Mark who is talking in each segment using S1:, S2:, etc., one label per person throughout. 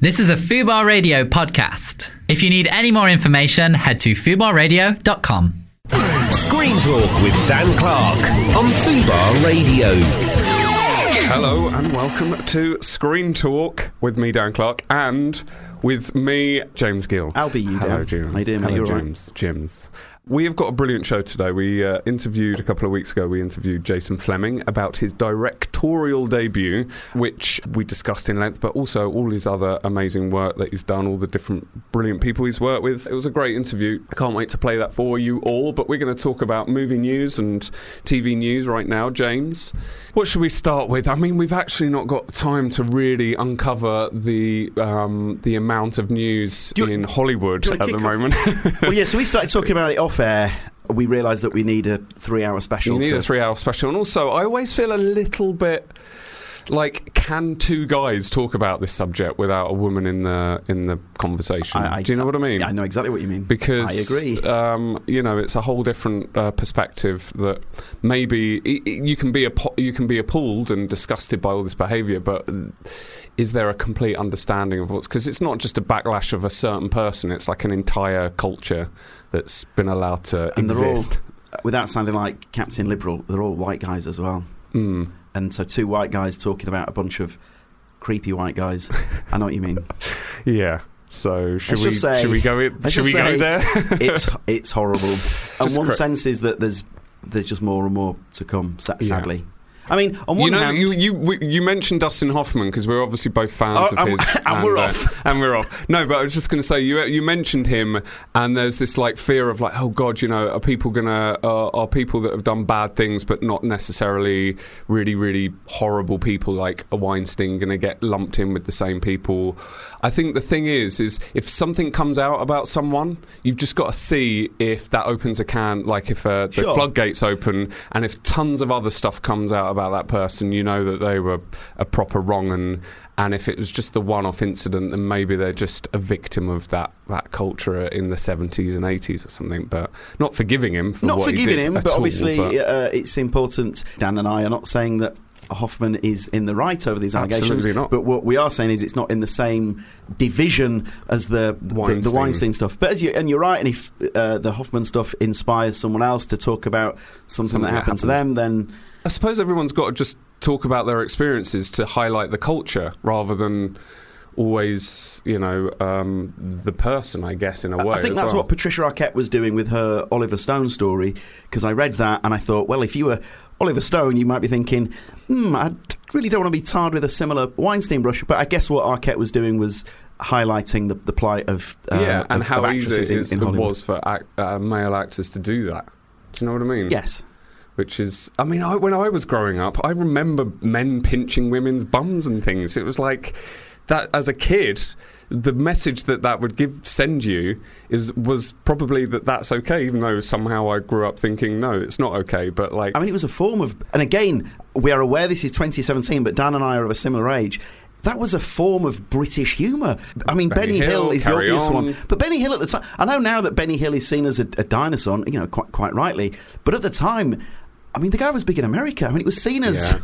S1: This is a Fubar Radio podcast. If you need any more information, head to fubarradio.com.
S2: Screen Talk with Dan Clark on Fubar Radio.
S3: Hello and welcome to Screen Talk with me, Dan Clark, and with me, James Gill.
S4: I'll be you,
S3: Hello,
S4: Dan.
S3: Jim.
S4: How you doing, mate?
S3: Hello,
S4: You all right?
S3: James. James. We have got a brilliant show today. We uh, interviewed a couple of weeks ago. We interviewed Jason Fleming about his directorial debut, which we discussed in length, but also all his other amazing work that he's done, all the different brilliant people he's worked with. It was a great interview. I can't wait to play that for you all. But we're going to talk about movie news and TV news right now, James. What should we start with? I mean, we've actually not got time to really uncover the um, the amount of news
S4: Do you-
S3: in Hollywood
S4: do you
S3: at
S4: wanna
S3: the
S4: kick off?
S3: moment.
S4: well, yeah, so we started talking about it off air. We realised that we need a three hour special.
S3: You need
S4: so-
S3: a three hour special. And also, I always feel a little bit like can two guys talk about this subject without a woman in the in the conversation?
S4: I- I-
S3: Do you know what I mean?
S4: Yeah, I know exactly what you mean.
S3: Because
S4: I agree.
S3: Um, you know, it's a whole different uh, perspective that maybe i- i- you can be appo- you can be appalled and disgusted by all this behaviour, but is there a complete understanding of what's because it's not just a backlash of a certain person; it's like an entire culture that's been allowed to
S4: and they're all,
S3: exist.
S4: without sounding like Captain Liberal, they're all white guys as well.
S3: Mm.
S4: And so two white guys talking about a bunch of creepy white guys. I know what you mean.
S3: Yeah. So should
S4: Let's
S3: we
S4: just say-
S3: should we go in,
S4: let's
S3: should
S4: just
S3: we go
S4: say-
S3: there?
S4: It's it's horrible. and one
S3: cra-
S4: sense is that there's there's just more and more to come. sa-
S3: Yeah.
S4: Sadly, I mean, on one
S3: you know,
S4: hand,
S3: you you we, you mentioned Dustin Hoffman because we're obviously both fans
S4: Oh,
S3: of
S4: and-
S3: his,
S4: and we're
S3: uh,
S4: off.
S3: and we're off. No, but I was just going to say you you mentioned him, and there's this like fear of like, oh God, you know, are people gonna uh, are people that have done bad things but not necessarily really really horrible people like a Weinstein gonna get lumped in with the same people? I think the thing is, is if something comes out about someone, you've just got to see if that opens a can, like if uh, the
S4: Sure.
S3: flood floodgates open, and if tons of other stuff comes out about that person, you know that they were a proper wrong, and and if it was just the one-off incident, then maybe they're just a victim of that that culture in the seventies and eighties or something. But not forgiving him for
S4: not
S3: what he
S4: forgiving
S3: did
S4: him,
S3: at
S4: but
S3: all,
S4: obviously
S3: but-
S4: uh, it's important. Dan and I are not saying that Hoffman is in the right over these allegations,
S3: Absolutely not.
S4: but what we are saying is it's not in the same division as the the, the
S3: Weinstein.
S4: Weinstein stuff. But as you and you're right, and if uh, the Hoffman stuff inspires someone else to talk about something,
S3: Something
S4: that
S3: that
S4: happened to them, then
S3: I suppose everyone's got to just talk about their experiences to highlight the culture rather than always, you know, um, the person. I guess in a way.
S4: I think
S3: as
S4: that's
S3: well.
S4: what Patricia Arquette was doing with her Oliver Stone story because I read that and I thought, well, if you were Oliver Stone, you might be thinking, hmm, I really don't want to be tarred with a similar Weinstein brush. But I guess what Arquette was doing was highlighting the, the plight of, uh,
S3: yeah,
S4: of-
S3: and
S4: of
S3: how easy
S4: actresses
S3: it, is,
S4: in, in
S3: it
S4: Hollywood.
S3: was for ac- uh, male actors to do that. Do you know what I mean?
S4: Yes.
S3: Which is, I mean, I, when I was growing up, I remember men pinching women's bums and things. It was like that as a kid. The message that that would give send you is was probably that that's okay, even though somehow I grew up thinking no, it's not okay. But like,
S4: I mean, it was a form of, and again, we are aware this is 2017, but Dan and I are of a similar age. That was a form of British humour. I mean, Benny,
S3: Benny
S4: Hill,
S3: Hill,
S4: is the
S3: Carry
S4: obvious
S3: On.
S4: one, but Benny Hill at the time. I know now that Benny Hill is seen as a, a dinosaur, you know, quite quite rightly. But at the time, I mean, the guy was big in America. I mean, it was seen as.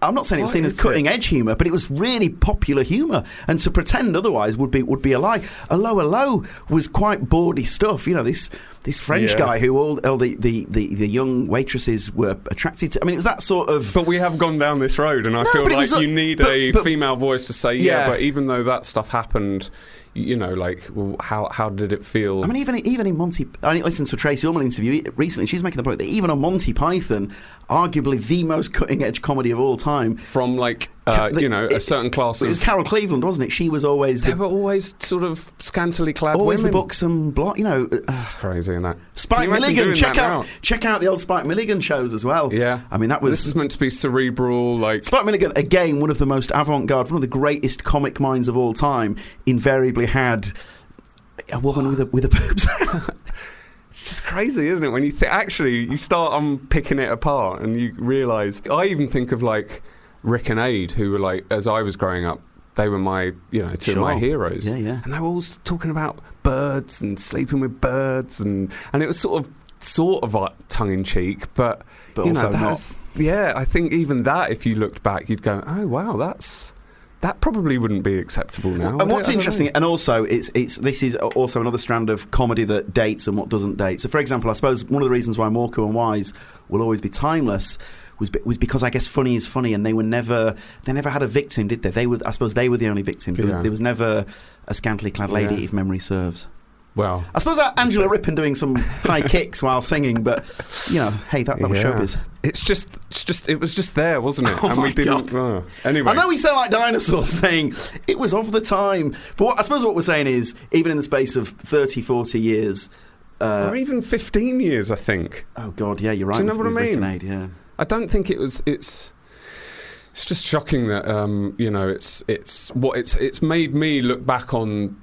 S4: I'm not saying it was
S3: What
S4: seen
S3: is
S4: as
S3: it?
S4: cutting edge humour, but it was really popular humour, and to pretend otherwise would be would be a lie. A low, a low was quite bawdy stuff. You know, this this French
S3: Yeah.
S4: guy who all, all the, the, the, the young waitresses were attracted to. I mean, it was that sort of.
S3: but we have gone down this road, and I
S4: No,
S3: feel
S4: but it
S3: like
S4: was a-
S3: you need
S4: but-
S3: a
S4: but-
S3: female voice to say yeah.
S4: Yeah.
S3: But even though that stuff happened, you know, like well, how how did it feel?
S4: I mean, even even in Monty, I listened to a Tracy Ullman interview recently. She's making the point that even on Monty Python, arguably the most cutting edge comedy of all time,
S3: from like uh,
S4: the-
S3: you know a
S4: it-
S3: certain class
S4: it was
S3: of
S4: Carol Cleveland, wasn't it? She was always
S3: they
S4: the,
S3: were always sort of scantily clad
S4: always the
S3: women.
S4: buxom block. You know, uh,
S3: It's crazy and that
S4: Spike
S3: Can you imagine
S4: Milligan.
S3: doing
S4: Check
S3: that
S4: out
S3: now?
S4: check out the old Spike Milligan shows as well.
S3: yeah
S4: I mean that
S3: this
S4: was
S3: is meant to be cerebral like
S4: Spike Milligan, again, one of the most avant garde, one of the greatest comic minds of all time, invariably had a woman with a with a boobs.
S3: it's just crazy isn't it when you th- actually you start unpicking it apart and you realise I even think of like Rick and Aid who were like as I was growing up they were my you know two of my
S4: Sure.
S3: heroes
S4: Yeah, yeah.
S3: and they were all s- talking about birds and sleeping with birds and and it was sort of sort of like tongue in cheek but
S4: But
S3: you
S4: also
S3: know,
S4: not.
S3: that's, yeah I think even that if you looked back you'd go oh wow that's that probably wouldn't be acceptable now.
S4: And what's
S3: I don't
S4: interesting,
S3: know.
S4: and also it's it's this is also another strand of comedy that dates and what doesn't date. So, for example, I suppose one of the reasons why Morco and Wise will always be timeless was be, was because I guess funny is funny, and they were never they never had a victim, did they? They were I suppose they were the only victims. There,
S3: Yeah.
S4: was, there was never a scantily clad lady,
S3: Yeah.
S4: if memory serves.
S3: Well,
S4: I suppose that Angela Rippon doing some high kicks while singing, but you know, hey, that, that was
S3: Yeah.
S4: showbiz.
S3: it's just, it's just, it was just there, wasn't it?
S4: Oh
S3: and we
S4: my
S3: didn't.
S4: God.
S3: oh. Anyway,
S4: I know we sound like dinosaurs saying it was of the time, but what, I suppose what we're saying is even in the space of 30, 40 years.
S3: or
S4: Uh,
S3: even 15 years, I think.
S4: oh God, yeah, you're right.
S3: you know
S4: with-
S3: what I
S4: with Vic and
S3: mean?
S4: Aid, yeah.
S3: I don't think it was. It's it's just shocking that um, you know it's it's what it's it's made me look back on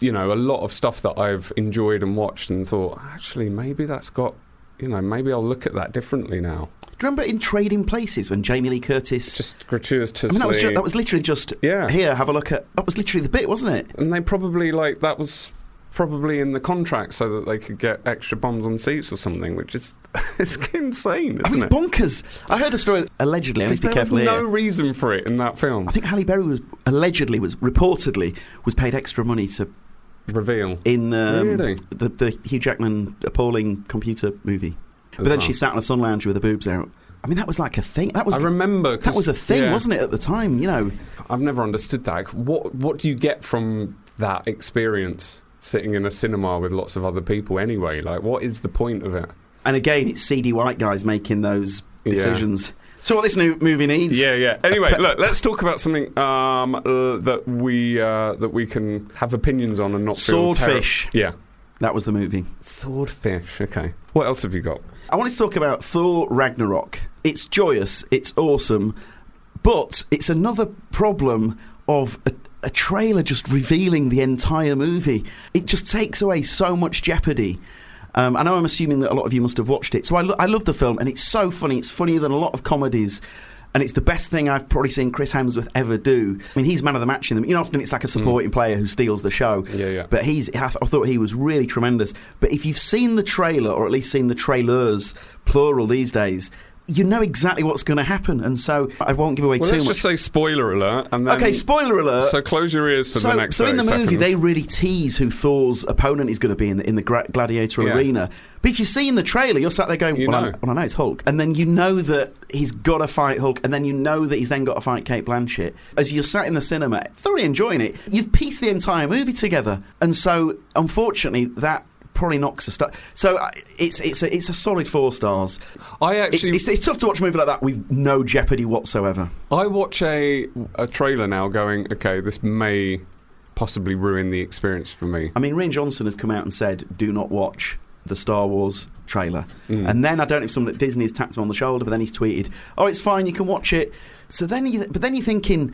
S3: you know a lot of stuff that I've enjoyed and watched and thought actually maybe that's got you know maybe I'll look at that differently now.
S4: Do you remember in Trading Places when Jamie Lee Curtis?
S3: It's just
S4: I
S3: gratuitously.
S4: mean, that was ju- that was literally just
S3: yeah,
S4: here. Have a look at that was literally the bit, wasn't it?
S3: and they probably like that was probably in the contract so that they could get extra bombs on seats or something, which is it's insane, isn't
S4: I mean,
S3: it?
S4: it's bonkers. I heard a story allegedly. I need
S3: Because
S4: to be
S3: there was
S4: careful
S3: no
S4: here.
S3: reason for it in that film.
S4: I think Halle Berry was allegedly was reportedly was paid extra money to
S3: Reveal.
S4: in um,
S3: Really?
S4: the, the Hugh Jackman appalling computer movie. But
S3: as
S4: then
S3: well.
S4: she sat on a sun lounge with her boobs out. I mean, that was like a thing. That was
S3: I remember
S4: that was a thing,
S3: yeah.
S4: wasn't it, at the time? You know,
S3: I've never understood that. What what do you get from that experience sitting in a cinema with lots of other people anyway? Like what is the point of it?
S4: and again, it's seedy white guys making those
S3: Yeah.
S4: decisions. So what this new movie needs?
S3: Yeah, yeah. Anyway, look, let's talk about something um, uh, that we uh, that we can have opinions on and not feel terri-
S4: Swordfish.
S3: yeah.
S4: That was the movie.
S3: Swordfish. Okay. What else have you got?
S4: I wanted to talk about Thor Ragnarok. It's joyous, it's awesome, but it's another problem of a, a trailer just revealing the entire movie. It just takes away so much jeopardy. Um, I know I'm assuming that a lot of you must have watched it. So I, lo- I love the film, and it's so funny. It's funnier than a lot of comedies. And it's the best thing I've probably seen Chris Hemsworth ever do. I mean, he's man of the match in them. You know, often it's like a supporting player who steals the show.
S3: Hmm. Yeah, yeah.
S4: But he's, I th- I thought he was really tremendous. But if you've seen the trailer, or at least seen the trailers, plural these days, you know exactly what's going to happen. And so I won't give away
S3: Well,
S4: too
S3: let's
S4: much.
S3: just say spoiler alert and then
S4: okay, spoiler alert.
S3: So close your ears for
S4: so,
S3: the next
S4: so in the
S3: 30
S4: movie,
S3: seconds.
S4: they really tease who Thor's opponent is going to be in the, in the gra- gladiator
S3: Yeah.
S4: arena. But if you've seen the trailer, you're sat there going,
S3: You
S4: well, I,
S3: know.
S4: well, I know it's Hulk. And then you know that he's got to fight Hulk. And then you know that he's then got to fight Kate Blanchett. As you're sat in the cinema, thoroughly enjoying it, you've pieced the entire movie together. And so, unfortunately, that probably knocks a star. So I- it's, it's, a, it's a solid four stars.
S3: I
S4: It's,
S3: actually
S4: it's, it's tough to watch a movie like that with no jeopardy whatsoever.
S3: I watch a a trailer now, going, okay, this may possibly ruin the experience for me.
S4: I mean, Rian Johnson has come out and said, "Do not watch the Star Wars trailer."
S3: Mm.
S4: And then I don't know if someone at Disney has tapped him on the shoulder, but then he's tweeted, "Oh, it's fine, you can watch it." So then, you, but then you're thinking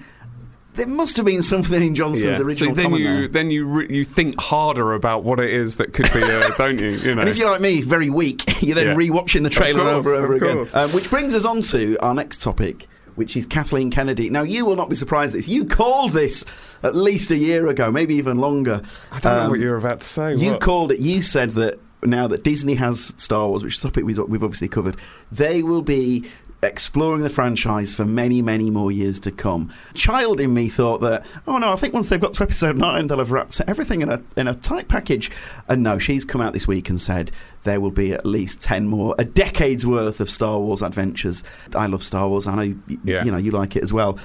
S4: there must have been something in Johnson's original
S3: so then
S4: comment
S3: you
S4: there.
S3: then you re- you think harder about what it is that could be, uh, don't you? You know.
S4: And if you're like me, very weak, you're then
S3: Yeah.
S4: rewatching the trailer
S3: course,
S4: over and over
S3: of
S4: again.
S3: course.
S4: Um, which brings us on to our next topic, which is Kathleen Kennedy. Now, you will not be surprised at this. You called this at least a year ago, maybe even longer.
S3: I don't know
S4: Um,
S3: what you're about to say.
S4: You
S3: what?
S4: called it. You said that now that Disney has Star Wars, which is a topic we've we've obviously covered, they will be exploring the franchise for many, many more years to come. Child in me thought that, oh no, I think once they've got to episode nine, they'll have wrapped everything in a in a tight package. And no, she's come out this week and said there will be at least ten more, a decade's worth of Star Wars adventures. I love Star Wars. I know y-
S3: Yeah.
S4: you know you like it as well.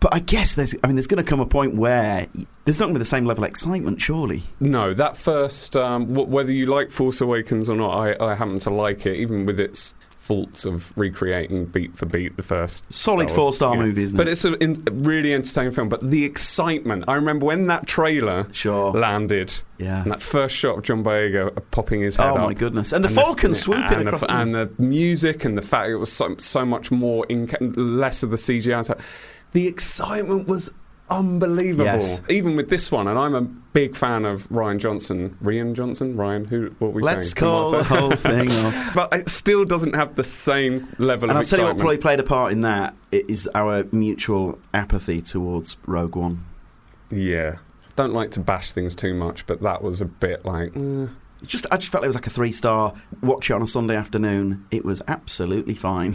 S4: But I guess there's, I mean, there's going to come a point where y- there's not going to be the same level of excitement, surely.
S3: no, that first, um, w- whether you like Force Awakens or not, I, I happen to like it, even with its faults of recreating beat for beat the first
S4: Solid
S3: Star Wars,
S4: four star
S3: yeah.
S4: movie, isn't
S3: But
S4: it?
S3: it's a in- really entertaining film. But the excitement, I remember when that trailer
S4: Sure.
S3: landed.
S4: Yeah.
S3: And that first shot of John Boyega uh, popping his head
S4: Oh
S3: up.
S4: my goodness! And the
S3: this-
S4: falcon swooping
S3: and the,
S4: across.
S3: and the music and the fact it was so, so much more inca- less of the CGI. So the excitement was unbelievable.
S4: Yes.
S3: Even with this one, and I'm a big fan of Ryan Johnson, Rian Johnson, Ryan. Who? What are we
S4: Let's
S3: saying?
S4: call the
S3: Martin?
S4: whole thing off.
S3: but it still doesn't have the same level
S4: And I'll
S3: of
S4: tell you what
S3: excitement.
S4: probably played a part in that it is our mutual apathy towards Rogue One.
S3: yeah. Don't like to bash things too much, but that was a bit like. eh,
S4: Just, I just felt it was like a three star. Watch it on a Sunday afternoon. It was absolutely fine.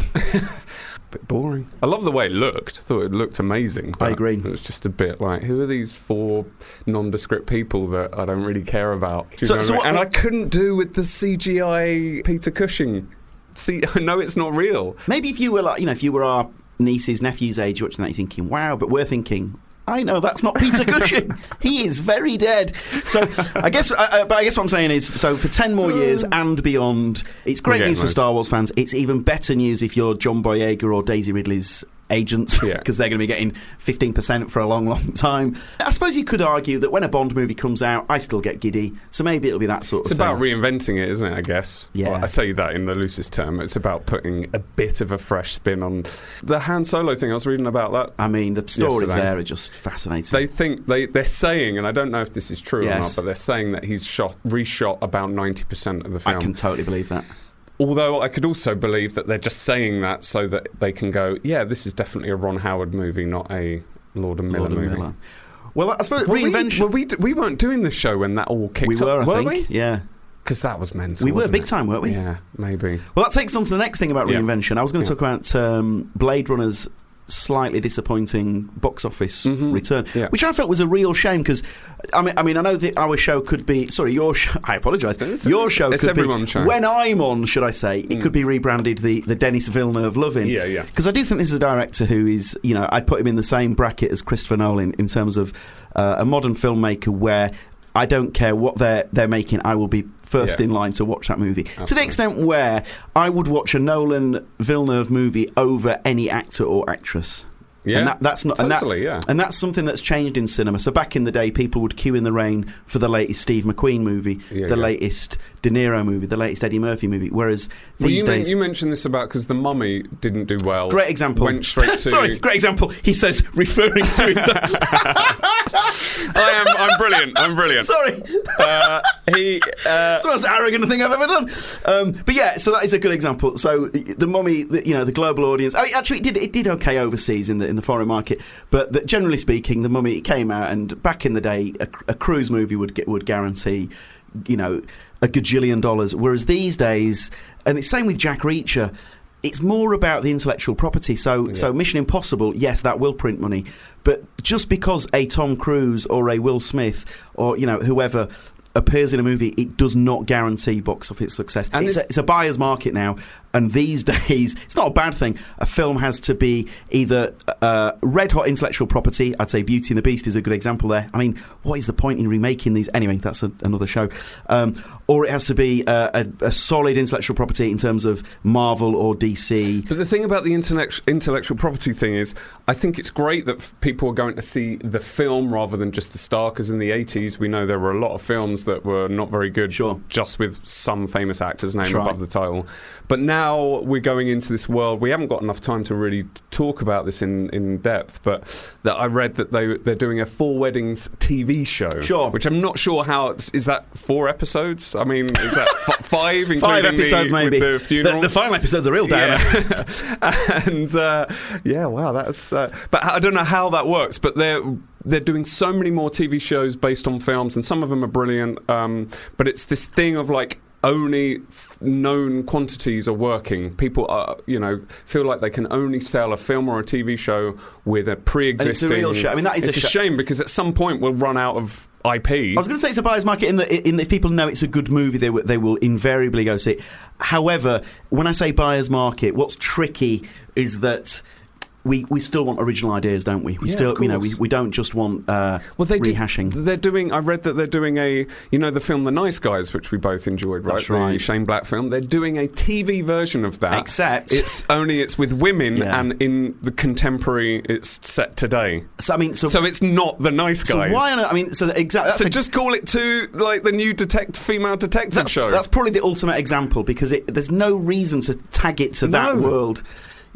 S3: bit boring. I love the way it looked. Thought it looked amazing. but
S4: agree.
S3: It was just a bit like, who are these four nondescript people that I don't really care about? Do you
S4: So-
S3: know what
S4: so
S3: I mean?
S4: what-
S3: and I couldn't do with the CGI Peter Cushing. See, I know it's not real.
S4: Maybe if you were like, you know, if you were our niece's nephew's age, watching that, you're thinking, wow, but we're thinking, I know that's not Peter Cushing. he is very dead. So I guess, uh, uh, but I guess what I'm saying is, so for ten
S3: Mm.
S4: more years and beyond, it's great
S3: Yeah,
S4: news for
S3: nice.
S4: Star Wars fans. It's even better news if you're John Boyega or Daisy Ridley's agents
S3: Yeah.
S4: because they're going to be getting 15% for a long long time i suppose you could argue that when a bond movie comes out i still get giddy so maybe it'll be that sort
S3: It's
S4: of thing
S3: about reinventing it, isn't it? I guess.
S4: Yeah.
S3: Well, I say that in the loosest term. It's about putting a bit of a fresh spin on the Han Solo thing. I was reading about that.
S4: i mean the stories
S3: Yesterday.
S4: there are just fascinating
S3: They think they they're saying, and I don't know if this is true or not,
S4: Yes.
S3: but they're saying that he's shot reshot about ninety percent of the film.
S4: i can totally believe that
S3: Although I could also believe that they're just saying that so that they can go, yeah, this is definitely a Ron Howard movie, not a Lord and Miller
S4: Lord and
S3: movie.
S4: Miller. Well, I suppose
S3: Were we-
S4: reinvention.
S3: were we, d- we weren't doing this show when that all kicked
S4: we were, I
S3: off, were
S4: think.
S3: we?
S4: Yeah,
S3: Because that was mental.
S4: we were
S3: wasn't
S4: big
S3: it?
S4: time, weren't we?
S3: Yeah, maybe.
S4: Well, that takes us on to the next thing about
S3: Yeah.
S4: reinvention. I was going
S3: Yeah.
S4: to talk about um, Blade Runner's slightly disappointing box office
S3: Mhm.
S4: return,
S3: Yeah.
S4: which I felt was a real shame because, I mean, I mean, I know that our show could be sorry, your show. I apologise.
S3: It's-
S4: Your show
S3: it's
S4: could be
S3: everyone's show. Mm.
S4: when I'm on, should I say, it could be rebranded the the Dennis Villeneuve loving.
S3: Yeah, yeah.
S4: Because I do think this is a director who is, you know, I'd put him in the same bracket as Christopher Nolan in terms of uh, a modern filmmaker where I don't care what they're they're making, I will be first
S3: Yeah.
S4: in line to watch that movie. To the
S3: Absolutely.
S4: extent where I would watch a Nolan Villeneuve movie over any actor or actress.
S3: Yeah.
S4: And that, that's not and that-
S3: Totally, yeah.
S4: and that's something that's changed in cinema. So back in the day, people would queue in the rain for the latest Steve McQueen movie,
S3: Yeah,
S4: the
S3: yeah.
S4: latest De Niro movie, the latest Eddie Murphy movie. Whereas
S3: Well,
S4: these
S3: you, men-
S4: days,
S3: you mentioned this about because the mummy didn't do well.
S4: great example.
S3: Went straight to.
S4: Sorry, great example. He says, referring to.
S3: I am. I'm brilliant. I'm brilliant.
S4: Sorry,
S3: Uh, he. Uh,
S4: It's the most arrogant thing I've ever done. Um, but yeah, so that is a good example. So the the mummy, the, you know, the global audience. I mean, actually, it did it did okay overseas in the in the foreign market, but the, generally speaking, the mummy came out and back in the day, a, a cruise movie would get would guarantee, you know, a gajillion dollars. Whereas these days, and it's same with Jack Reacher. It's more about the intellectual property. So, so Mission Impossible, yes, that will print money, but just because a Tom Cruise or a Will Smith or you know whoever appears in a movie, it does not guarantee box office success.
S3: And
S4: it's,
S3: it's-
S4: a, it's a buyer's market now, and these days, it's not a bad thing. A film has to be either uh, red hot intellectual property. I'd say Beauty and the Beast is a good example there. I mean, what is the point in remaking these anyway? That's a, another show. Um, or it has to be uh, a, a solid intellectual property in terms of Marvel or DC.
S3: But the thing about the intellect- intellectual property thing is, I think it's great that f- people are going to see the film rather than just the star. Because in the '80s, we know there were a lot of films that were not very good,
S4: Sure.
S3: just with some famous actor's name
S4: That's right.
S3: above the title. But now we're going into this world. We haven't got enough time to really talk about this in, in depth. But that I read that they they're doing a four weddings TV show,
S4: Sure.
S3: Which I'm not sure how it's, is that four episodes. I mean, is that f- five?
S4: Five
S3: including the-
S4: episodes,
S3: with
S4: maybe.
S3: The, funeral?
S4: the final episode's a real downer.
S3: Yeah. and uh, yeah, wow, that's. Uh, but I don't know how that works. But they're they're doing so many more TV shows based on films, and some of them are brilliant. Um, but it's this thing of like. Only f- known quantities are working. People are, you know, feel like they can only sell a film or a TV show with a pre-existing.
S4: real shame. I mean, that is
S3: it's
S4: a sh-
S3: shame because at some point we'll run out of IP.
S4: I was going to say it's a buyer's market in that in that if people know it's a good movie, they, w- they will invariably go see it. However, when I say buyer's market, what's tricky is that. We, we still want original ideas, don't we? We
S3: Yeah,
S4: still,
S3: of
S4: you know, we,
S3: course.
S4: we don't just want uh,
S3: Well, they did-
S4: rehashing.
S3: they're doing. I read that they're doing a. You know the film The Nice Guys, which we both enjoyed, right?
S4: That's
S3: The
S4: right.
S3: Shane Black film. They're doing a TV version of that.
S4: Except-
S3: it's only it's with women
S4: Yeah.
S3: and in the contemporary. It's set today,
S4: So I mean, so,
S3: so it's not The Nice
S4: so
S3: Guys.
S4: why? On, earth- I mean, so exactly.
S3: so just call it to like the new detect female detective
S4: that's,
S3: show.
S4: that's probably the ultimate example because it, there's no reason to tag it to that
S3: No.
S4: world.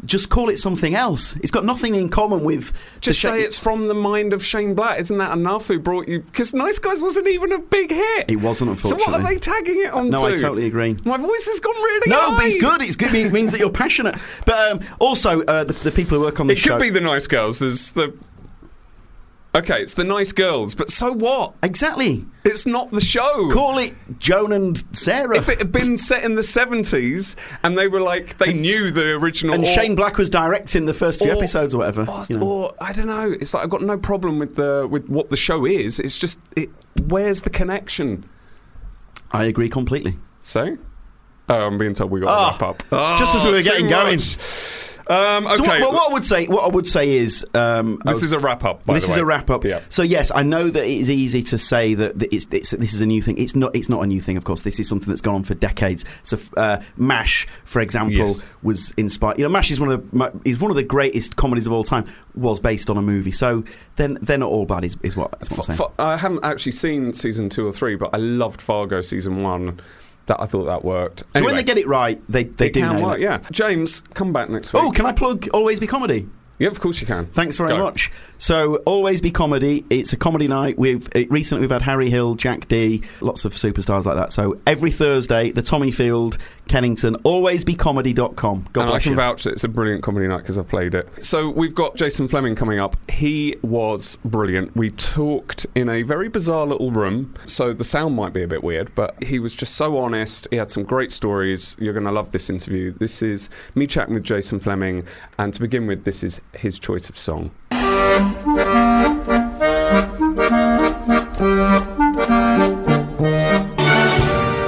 S4: Just call it something else. It's got nothing in common with the
S3: just
S4: sha-
S3: say it's from the mind of Shane Black. Isn't that enough? Who brought you? Because Nice Guys wasn't even a big hit.
S4: It wasn't,
S3: So what are
S4: unfortunately.
S3: they tagging it on
S4: No, I
S3: to?
S4: totally agree.
S3: My voice has gone really
S4: No, but it's
S3: high.
S4: good. It's good. It means that you're passionate. But um, also, uh, the, the people who work on the
S3: It
S4: show.
S3: could be the nice girls. There's the
S5: Okay, it's the nice girls, but so what?
S4: Exactly.
S5: It's not the show.
S4: Call it Joan and Sarah.
S5: If it had been set in the 70s and they were like, they knew the original.
S4: and
S5: or-
S4: Shane Black was directing the first few
S5: or-
S4: episodes or whatever.
S5: Or,
S4: you know.
S5: or, I don't know. It's like I've got no problem with the with what the show is. It's just it. Where's the connection?
S4: I agree completely.
S5: So, oh, I'm being told we got
S4: Ah,
S5: to wrap up. Ah,
S4: just as we were
S5: too
S4: getting going.
S5: much. Um, okay,
S4: So what, what, what I would say, what I would say is, um, I
S5: this
S4: was-
S5: is a wrap up. By
S4: this
S5: the
S4: is
S5: way.
S4: a wrap up.
S5: Yeah.
S4: So yes, I know that it is easy to say that, that it's, it's, this is a new thing. It's not. It's not a new thing. Of course, this is something that's gone on for decades. So f- uh, Mash, for example,
S5: Yes.
S4: was inspired. You know, Mash is one of the ma- is one of the greatest comedies of all time. Was based on a movie. So then they're not all bad. Is, is what, is what I'm saying.
S5: F- f- I haven't actually seen season two or three, but I loved Fargo season one. That I thought that worked.
S4: so when they get it right, they they,
S5: It
S4: do
S5: can
S4: nail
S5: work,
S4: it.
S5: yeah. James, come back next week.
S4: Oh, can I plug Always Be Comedy?
S5: yeah, of course you can.
S4: Thanks very
S5: Go.
S4: much. So always be comedy. It's a comedy night. We've it, recently we've had Harry Hill, Jack D, lots of superstars like that. So every Thursday, the Tommy Field, Kennington, alwaysbecomedy.com. God
S5: and I
S4: bless
S5: can
S4: you.
S5: vouch that it's a brilliant comedy night because I've played it. So we've got Jason Fleming coming up. He was brilliant. We talked in a very bizarre little room, so the sound might be a bit weird, but he was just so honest. He had some great stories. You're going to love this interview. This is me chatting with Jason Fleming, and to begin with, this is his choice of song.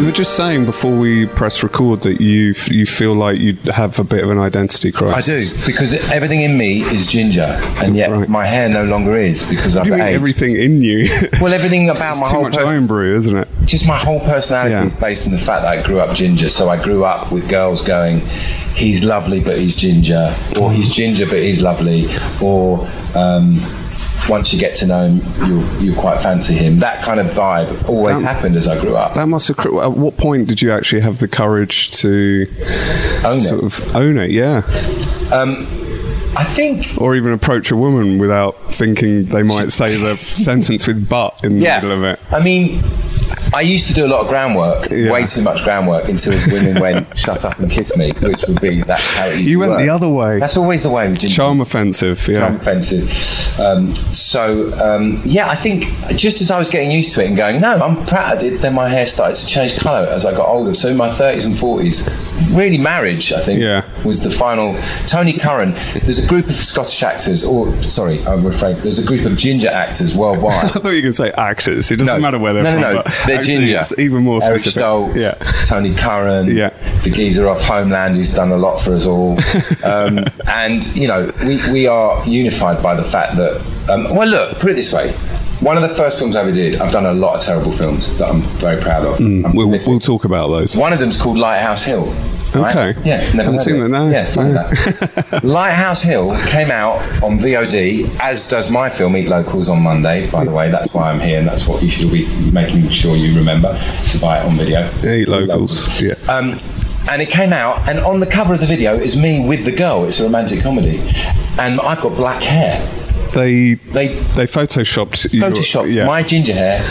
S5: You were just saying before we press record that you you feel like you have a bit of an identity
S6: I
S5: crisis.
S6: do because everything in me is ginger, and yet
S5: Right.
S6: my hair no longer is because I've
S5: You mean
S6: aged.
S5: everything in you?
S6: well, everything about my
S5: it's too
S6: whole
S5: much
S6: pers-
S5: iron brew, isn't it?
S6: just my whole personality
S5: Yeah.
S6: is based on the fact that I grew up ginger. So I grew up with girls going, "He's lovely, but he's ginger,"
S5: Mm.
S6: or "He's ginger, but he's lovely," or. Um, once you get to know him, you you quite fancy him. That kind of vibe always
S5: Damn.
S6: happened as I grew up.
S5: That must have. cr- At what point did you actually have the courage to
S6: Own it.
S5: sort of own it? Yeah,
S6: Um, I think
S5: or even approach a woman without thinking they might say the sentence with "but" in the middle of it.
S6: I mean, I used to do a lot of groundwork,
S5: Yeah.
S6: way too much groundwork, until women went, shut up and kiss me, which would be that how it used
S5: You
S6: to
S5: went the
S6: work.
S5: other way.
S6: That's always the way with ginger.
S5: Charm offensive. Yeah.
S6: Charm offensive. Um, so, um, yeah, I think just as I was getting used to it and going, no, I'm proud of it, then my hair started to change colour as I got older. So, in my 30s and 40s, really marriage, I think,
S5: Yeah.
S6: was the final. Tony Curran, there's a group of Scottish actors, or sorry, I'm afraid, there's a group of ginger actors worldwide.
S5: I thought you were going to say actors. It doesn't matter where they're
S6: no,
S5: from.
S6: No, no,
S5: but
S6: They're
S5: actually
S6: ginger.
S5: It's even more
S6: Eric
S5: specific.
S6: Stoltz,
S5: Yeah.
S6: Tony Curran,
S5: Yeah.
S6: the geezer off Homeland, who's done a lot for us all. um, and, you know, we, we are unified by the fact that, um, well, look, put it this way. One of the first films I ever did, I've done a lot of terrible films that I'm very proud of. I'm
S5: Mm. We'll,
S6: prolific.
S5: we'll talk about those.
S6: One of them's called Lighthouse Hill. right?
S5: Okay.
S6: Yeah, never
S5: Haven't
S6: heard
S5: seen
S6: of it.
S5: that, no.
S6: Yeah, fuck
S5: No.
S6: that. Lighthouse Hill came out on VOD, as does my film Eat Locals on Monday. By the way, that's why I'm here, and that's what you should be making sure you remember to buy it on video.
S5: Eight locals. Yeah.
S6: Um, and it came out, and on the cover of the video is me with the girl. It's a romantic comedy, and I've got black hair.
S5: They
S6: They
S5: they photoshopped. your-
S6: Photoshop
S5: yeah.
S6: my ginger hair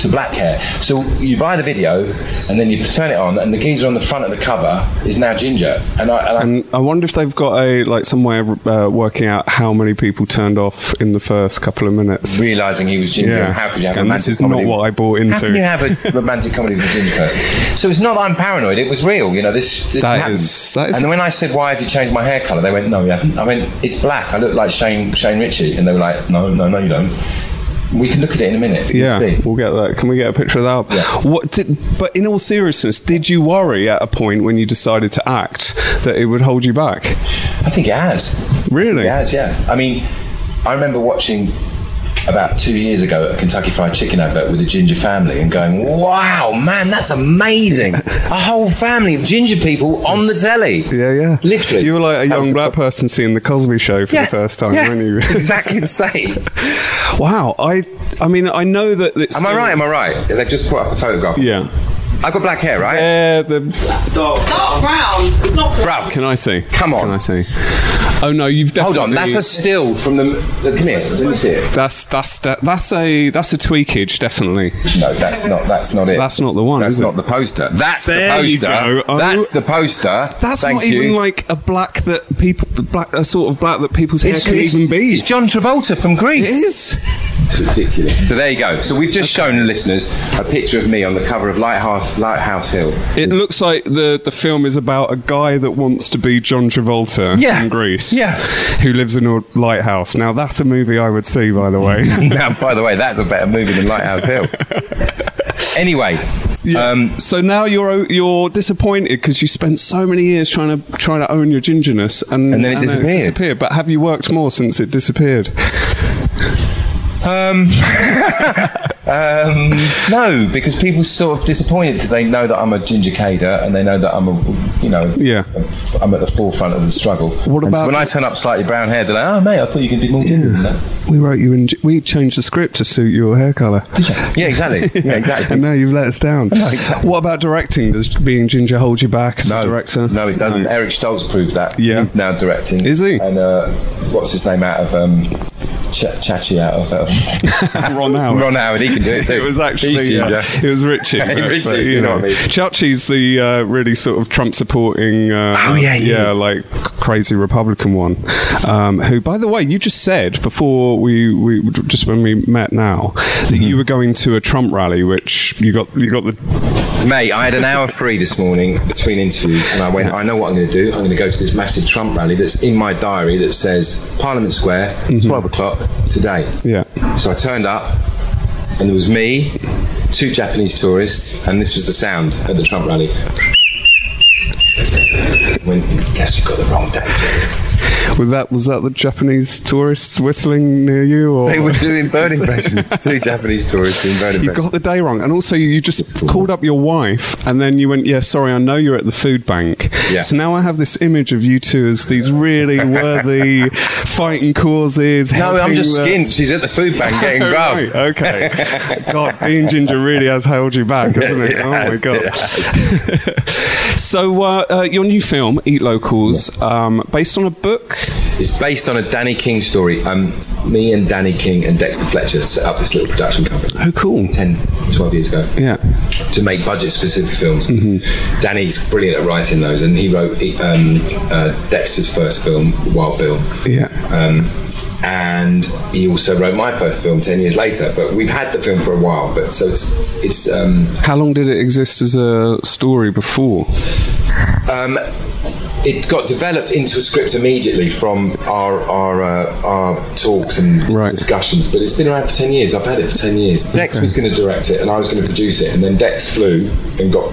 S6: to black hair. So you buy the video and then you turn it on, and the geezer on the front of the cover is now ginger. And I, and I
S5: And I wonder if they've got a like some way of uh, working out how many people turned off in the first couple of minutes.
S6: realizing he was ginger.
S5: Yeah.
S6: and How could you have
S5: And
S6: a
S5: this
S6: romantic
S5: is
S6: comedy?
S5: not what I bought into.
S6: How can you have a romantic comedy with a ginger person? So it's not that I'm paranoid. It was real. You know this. this
S5: That
S6: happened.
S5: is- that is-
S6: And when I said why have you changed my hair color, they went no, you haven't. I went it's black. I look like Shane Shane Ritchie, and they were like no, no, no, you don't. We can look at it in a minute. You'll
S5: Yeah,
S6: see.
S5: we'll get that. Can we get a picture of that? Up? What? Did, but in all seriousness, did you worry at a point when you decided to act that it would hold you back?
S6: I think it has.
S5: Really?
S6: Yeah, it's- yeah. I mean, I remember watching about two years ago a Kentucky Fried Chicken advert with a ginger family and going, wow, man, that's amazing. a whole family of ginger people on the telly.
S5: Yeah, yeah.
S6: Literally.
S5: you were like a
S6: That
S5: young
S6: was the-
S5: black person seeing the Cosby Show for
S6: Yeah,
S5: the first time,
S6: yeah,
S5: weren't you?
S6: it's exactly the same.
S5: wow. I, I mean, I know that. It's
S6: Am I right? Am I right? They've just put up a photograph.
S5: Yeah.
S6: I've got black hair, right?
S5: Uh, the,
S7: Dark brown. It's not brown.
S6: Bruv,
S5: can I see?
S6: Come on.
S5: Can I see? Oh no, you've
S6: hold
S5: definitely.
S6: on. That's a still from the. Come here. Let me see it.
S5: That's that's that, that's a that's a tweakage definitely.
S6: No, that's not. That's not it.
S5: That's not the one,
S6: That's
S5: is it?
S6: not the poster. That's
S5: There
S6: the
S5: you
S6: poster.
S5: go. Oh.
S6: That's the poster.
S5: That's
S6: Thank
S5: not even
S6: you.
S5: like a black that people black a sort of black that people's hair
S6: It's-
S5: can
S6: it's-
S5: even be.
S6: It's John Travolta from
S5: It
S6: Greece.
S5: is.
S6: It's ridiculous. So there you go. So we've just shown the listeners a picture of me on the cover of Lighthouse, Lighthouse Hill.
S5: It looks like the, the film is about a guy that wants to be John Travolta
S6: Yeah.
S5: from Greece.
S6: Yeah.
S5: Who lives in a lighthouse. Now, that's a movie I would see, by the way.
S6: now, by the way, that's a better movie than Lighthouse Hill. anyway, um,
S5: so now you're you're disappointed because you spent so many years trying to trying to own your gingerness, and,
S6: And then it disappeared.
S5: disappeared. But have you worked more since it disappeared?
S6: Um, um, no, because people are sort of disappointed because they know that I'm a ginger cader and they know that I'm a, you know,
S5: Yeah.
S6: I'm at the forefront of the struggle.
S5: What
S6: And so
S5: about
S6: when
S5: the-
S6: I turn up slightly brown hair, they're like, "Oh, mate, I thought you could be more ginger than that."
S5: We wrote you in. We changed the script to suit your hair color.
S6: Yeah, exactly. Yeah, exactly.
S5: And now you've let us down. What about directing? Does being ginger hold you back as a director?
S6: Oh, No, it doesn't. Eric Stoltz proved that.
S5: Yeah.
S6: He's now directing.
S5: Is he?
S6: And uh, what's his name out of um, Ch- Chachi out of um,
S5: Ron Howard.
S6: Ron Howard. He can do it too.
S5: It was
S6: He's
S5: actually
S6: ginger.
S5: uh, it was Richie.
S6: Hey,
S5: but-
S6: Richie,
S5: but,
S6: you know what I mean.
S5: Chachi's the uh, really sort of Trump supporting. Uh,
S6: Oh, yeah, yeah.
S5: like c- crazy Republican one. Um, who, by the way, you just said before we, we just when we met now that
S6: Mm-hmm.
S5: you were going to a Trump rally, which you got you got the
S6: Mate, I had an hour free this morning between interviews, and I went, I know what I'm going to do. I'm going to go to this massive Trump rally that's in my diary that says Parliament Square,
S5: Mm-hmm.
S6: 12 o'clock today.
S5: yeah.
S6: So I turned up, and there was me, two Japanese tourists, and this was the sound at the Trump rally. Went, guess you got the wrong day, James.
S5: Was that was that the Japanese tourists whistling near you? Or
S6: They were doing bird impressions. Two Japanese tourists doing bird
S5: You
S6: impressions.
S5: got the day wrong, and also you just called up your wife, and then you went, "Yeah, sorry, I know you're at the food bank."
S6: Yeah.
S5: So now I have this image of you two as these really worthy, fighting causes.
S6: no, I'm
S5: helping,
S6: just
S5: uh,
S6: skint. She's at the food bank getting
S5: Oh,
S6: grub.
S5: right, okay. God, being ginger really has held you back, hasn't it?
S6: It
S5: oh
S6: has,
S5: my god.
S6: it
S5: so, uh, uh, your new film, Eat Locals, um, based on a book.
S6: It's based on a Danny King story. Um, me and Danny King and Dexter Fletcher set up this little production company
S5: Oh, cool.
S6: 10, 12 years ago
S5: Yeah.
S6: to make budget specific films. Danny's brilliant at writing those, and he wrote um, uh, Dexter's first film, Wild Bill.
S5: Yeah.
S6: Um, and he also wrote my first film 10 years later. But we've had the film for a while, but so it's. it's um,
S5: How long did it exist as a story before?
S6: um, it got developed into a script immediately from our our, uh, our talks and
S5: Right.
S6: discussions, but it's been around for ten years. I've had it for ten years. Dex was going to direct it, and I was going to produce it, and then Dex flew and got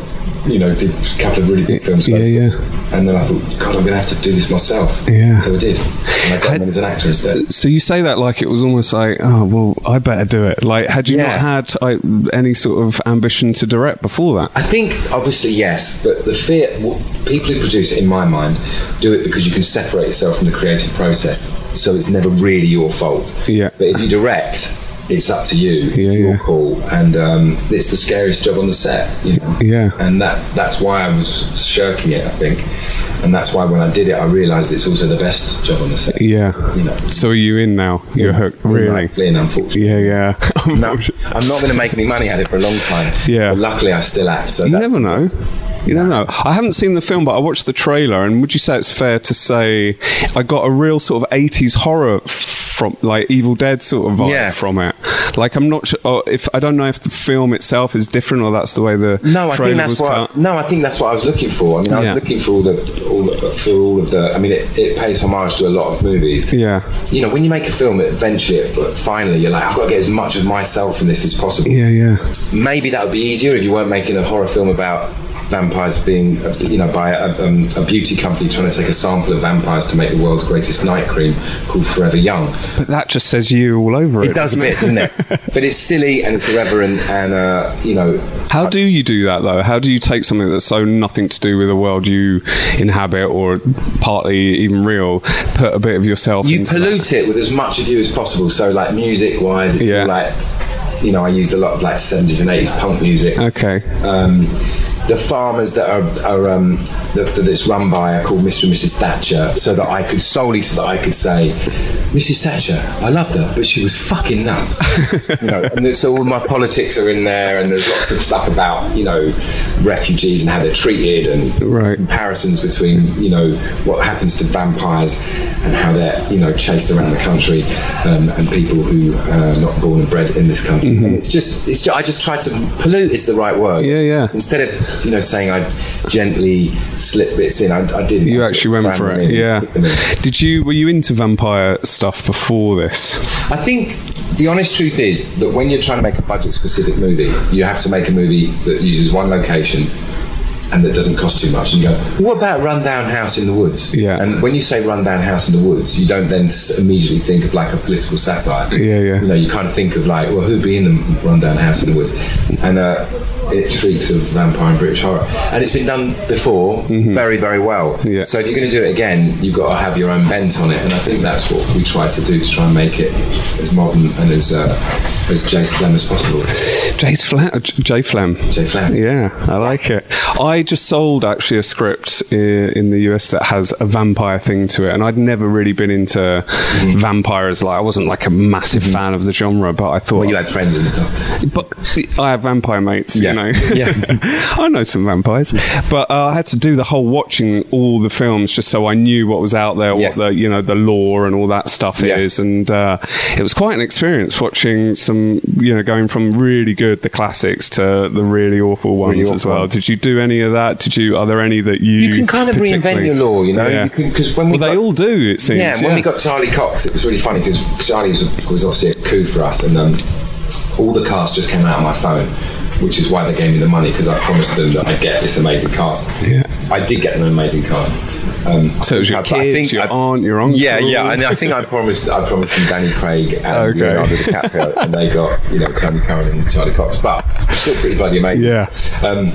S6: you know did a couple of really big films.
S5: Yeah,
S6: but-
S5: yeah.
S6: And then I thought, God, I'm going to have to do this myself.
S5: Yeah.
S6: So I did, and I got him in as an actor instead.
S5: So you say that like it was almost like, oh well, I better do it. Like, had you
S6: Yeah.
S5: not had I, any sort of ambition to direct before that?
S6: I think obviously yes, but the fear w- people who produce it, in my mind, do it because you can separate yourself from the creative process, so it's never really your fault.
S5: Yeah.
S6: But if you direct, it's up to you.
S5: Yeah,
S6: it's your
S5: yeah.
S6: call, and um, it's the scariest job on the set. You know?
S5: Yeah.
S6: And that that's why I was shirking it, I think, and that's why when I did it, I realised it's also the best job on the set.
S5: Yeah.
S6: You know.
S5: So are you in now? You're hooked, really?
S6: Unlikely and unfortunate.
S5: Yeah, yeah.
S6: No, I'm not going to make any money at it for a long time.
S5: Yeah.
S6: But luckily, I still have. So
S5: You
S6: that,
S5: never know. You never know. I haven't seen the film, but I watched the trailer. And would you say it's fair to say I got a real sort of '80s horror f- from, like Evil Dead sort of vibe
S6: Yeah.
S5: from it? Like I'm not sure or if I don't know if the film itself is different or that's the way the
S6: No, I
S5: trailer
S6: think that's
S5: was
S6: what.
S5: cut.
S6: no, I think that's what I was looking for. I mean, I was
S5: Yeah.
S6: looking for all the, all the, for all of the. I mean, it, it pays homage to a lot of movies.
S5: Yeah.
S6: You know, when you make a film, eventually, finally, you're like, I've got to get as much of myself in this as possible.
S5: Yeah, yeah.
S6: Maybe that would be easier if you weren't making a horror film about vampires being, uh, you know, by a, um, a beauty company trying to take a sample of vampires to make the world's greatest night cream called Forever Young.
S5: But that just says you all over it.
S6: It does a bit, doesn't it? But it's silly and it's irreverent and, uh, you know,
S5: How do you do that though? How do you take something that's so nothing to do with the world you inhabit or partly even real, put a bit of yourself
S6: you
S5: into that?
S6: pollute it with as much of you as possible. So, like music wise, it's
S5: Yeah.
S6: all like you know, I used a lot of like seventies and eighties punk music.
S5: Okay.
S6: Um, the farmers that are, are um, that, that it's run by are called Mr. and Mrs. Thatcher, so that I could solely so that I could say, Mrs. Thatcher, I loved her, but she was fucking nuts. you know, and it's- so all my politics are in there, and there's lots of stuff about you know refugees and how they're treated, and
S5: Right.
S6: comparisons between you know what happens to vampires and how they're you know chased around the country um, and people who uh, are not born and bred in this country. And It's just it's ju- I just tried to pollute is the right word.
S5: Yeah, yeah.
S6: Instead of you know saying I gently slip bits in, I, I didn't.
S5: You
S6: I just
S5: actually went
S6: rammed
S5: for
S6: them
S5: it,
S6: in.
S5: yeah. Did you? Were you into vampire stuff before this?
S6: I think the honest truth is that when you're trying to make a budget specific movie, you have to make a movie that uses one location and that doesn't cost too much. And you go, what about rundown house in the woods?
S5: Yeah.
S6: And when you say rundown house in the woods, you don't then s- immediately think of like a political satire.
S5: Yeah, yeah.
S6: You know, you kind of think of like, well, who'd be in the rundown house in the woods? And uh, it shrieks of vampire and British horror. And it's been done before very, very well.
S5: Mm-hmm. Yeah.
S6: So if you're going to do it again, you've got to have your own bent on it, and I think that's what we tried to do to try and make it as modern and as uh, as Jace Flem as possible.
S5: Jay's Flam. Jay Flam.
S6: Jay Flam.
S5: Yeah, I like it. I just sold actually a script i- in the US that has a vampire thing to it, and I'd never really been into
S6: Mm-hmm.
S5: vampires. Like I wasn't like a massive fan of the genre, but I thought
S6: Well, you had friends and stuff.
S5: But I have vampire mates,
S6: Yeah.
S5: you know.
S6: Yeah.
S5: I know some vampires, but uh, I had to do the whole watching all the films just so I knew what was out there, what
S6: Yeah.
S5: the you know the lore and all that stuff
S6: Yeah.
S5: is, and uh, it was quite an experience watching some you know going from really good the classics to the really awful ones
S6: Really
S5: as
S6: awful
S5: well.
S6: ones.
S5: Did you do any of that? Did you? Are there any that you?
S6: You can kind of reinvent
S5: particularly-
S6: your lore, you know?
S5: Yeah.
S6: You can- 'cause when we
S5: well, they
S6: got-
S5: all do. It seems.
S6: yeah, when we got Charlie Cox, it was really funny because Charlie was, was obviously a coup for us, and um, all the cast just came out of my phone, which is why they gave me the money because I promised them that I'd get this amazing cast.
S5: Yeah.
S6: I did get an amazing cast. Um,
S5: So it was your
S6: I- I
S5: kids,
S6: think
S5: your
S6: I-
S5: aunt, your uncle.
S6: Yeah, yeah. And I think I promised I promised them Danny Craig and
S5: Okay.
S6: Leonardo DiCaprio, and they got you know Tony Curran and Charlie Cox, but still pretty bloody amazing.
S5: Yeah.
S6: Um,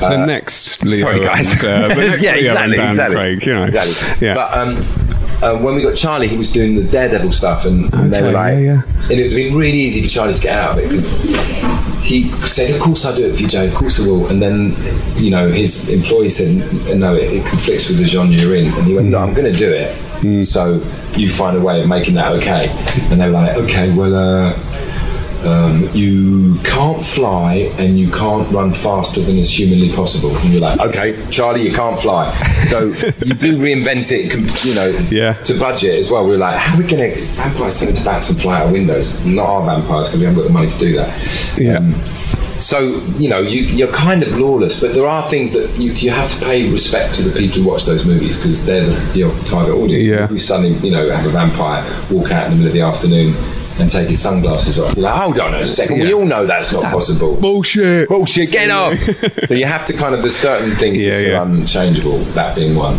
S5: the
S6: uh,
S5: next Leo
S6: Sorry, guys.
S5: and, uh, the next
S6: yeah,
S5: Leo and
S6: exactly,
S5: Dan
S6: exactly.
S5: Craig, you know.
S6: Exactly.
S5: Yeah.
S6: But um, um, when we got Charlie, he was doing the Daredevil stuff, and, and they
S5: Okay,
S6: were like,
S5: yeah, yeah.
S6: and it would have been really easy for Charlie to get out of it because he said, "Of course I'll do it for you, Joe. Of course I will." And then, you know, his employee said, "No, it, it conflicts with the genre you're in." And he went, "No, I'm going to do it.
S5: Mm.
S6: So you find a way of making that okay." And they were like, "Okay, well." Uh, um, you can't fly and you can't run faster than is humanly possible. And you're like, okay, Charlie, you can't fly. So you do reinvent it, com- you know,
S5: Yeah.
S6: to budget as well. We were like, how are we going to vampires turn into bats and fly out of windows? Not our vampires because we haven't got the money to do that.
S5: Yeah.
S6: so you know you, you're kind of lawless, but there are things that you, you have to pay respect to the people who watch those movies because they're the, your target audience.
S5: Yeah.
S6: You suddenly you know have a vampire walk out in the middle of the afternoon and take his sunglasses off. You're like, hold on a second, we all know that's not possible.
S5: Bullshit.
S6: Bullshit, get off! so you have to kind of there's certain things
S5: Yeah,
S6: that
S5: yeah.
S6: are unchangeable. That being one.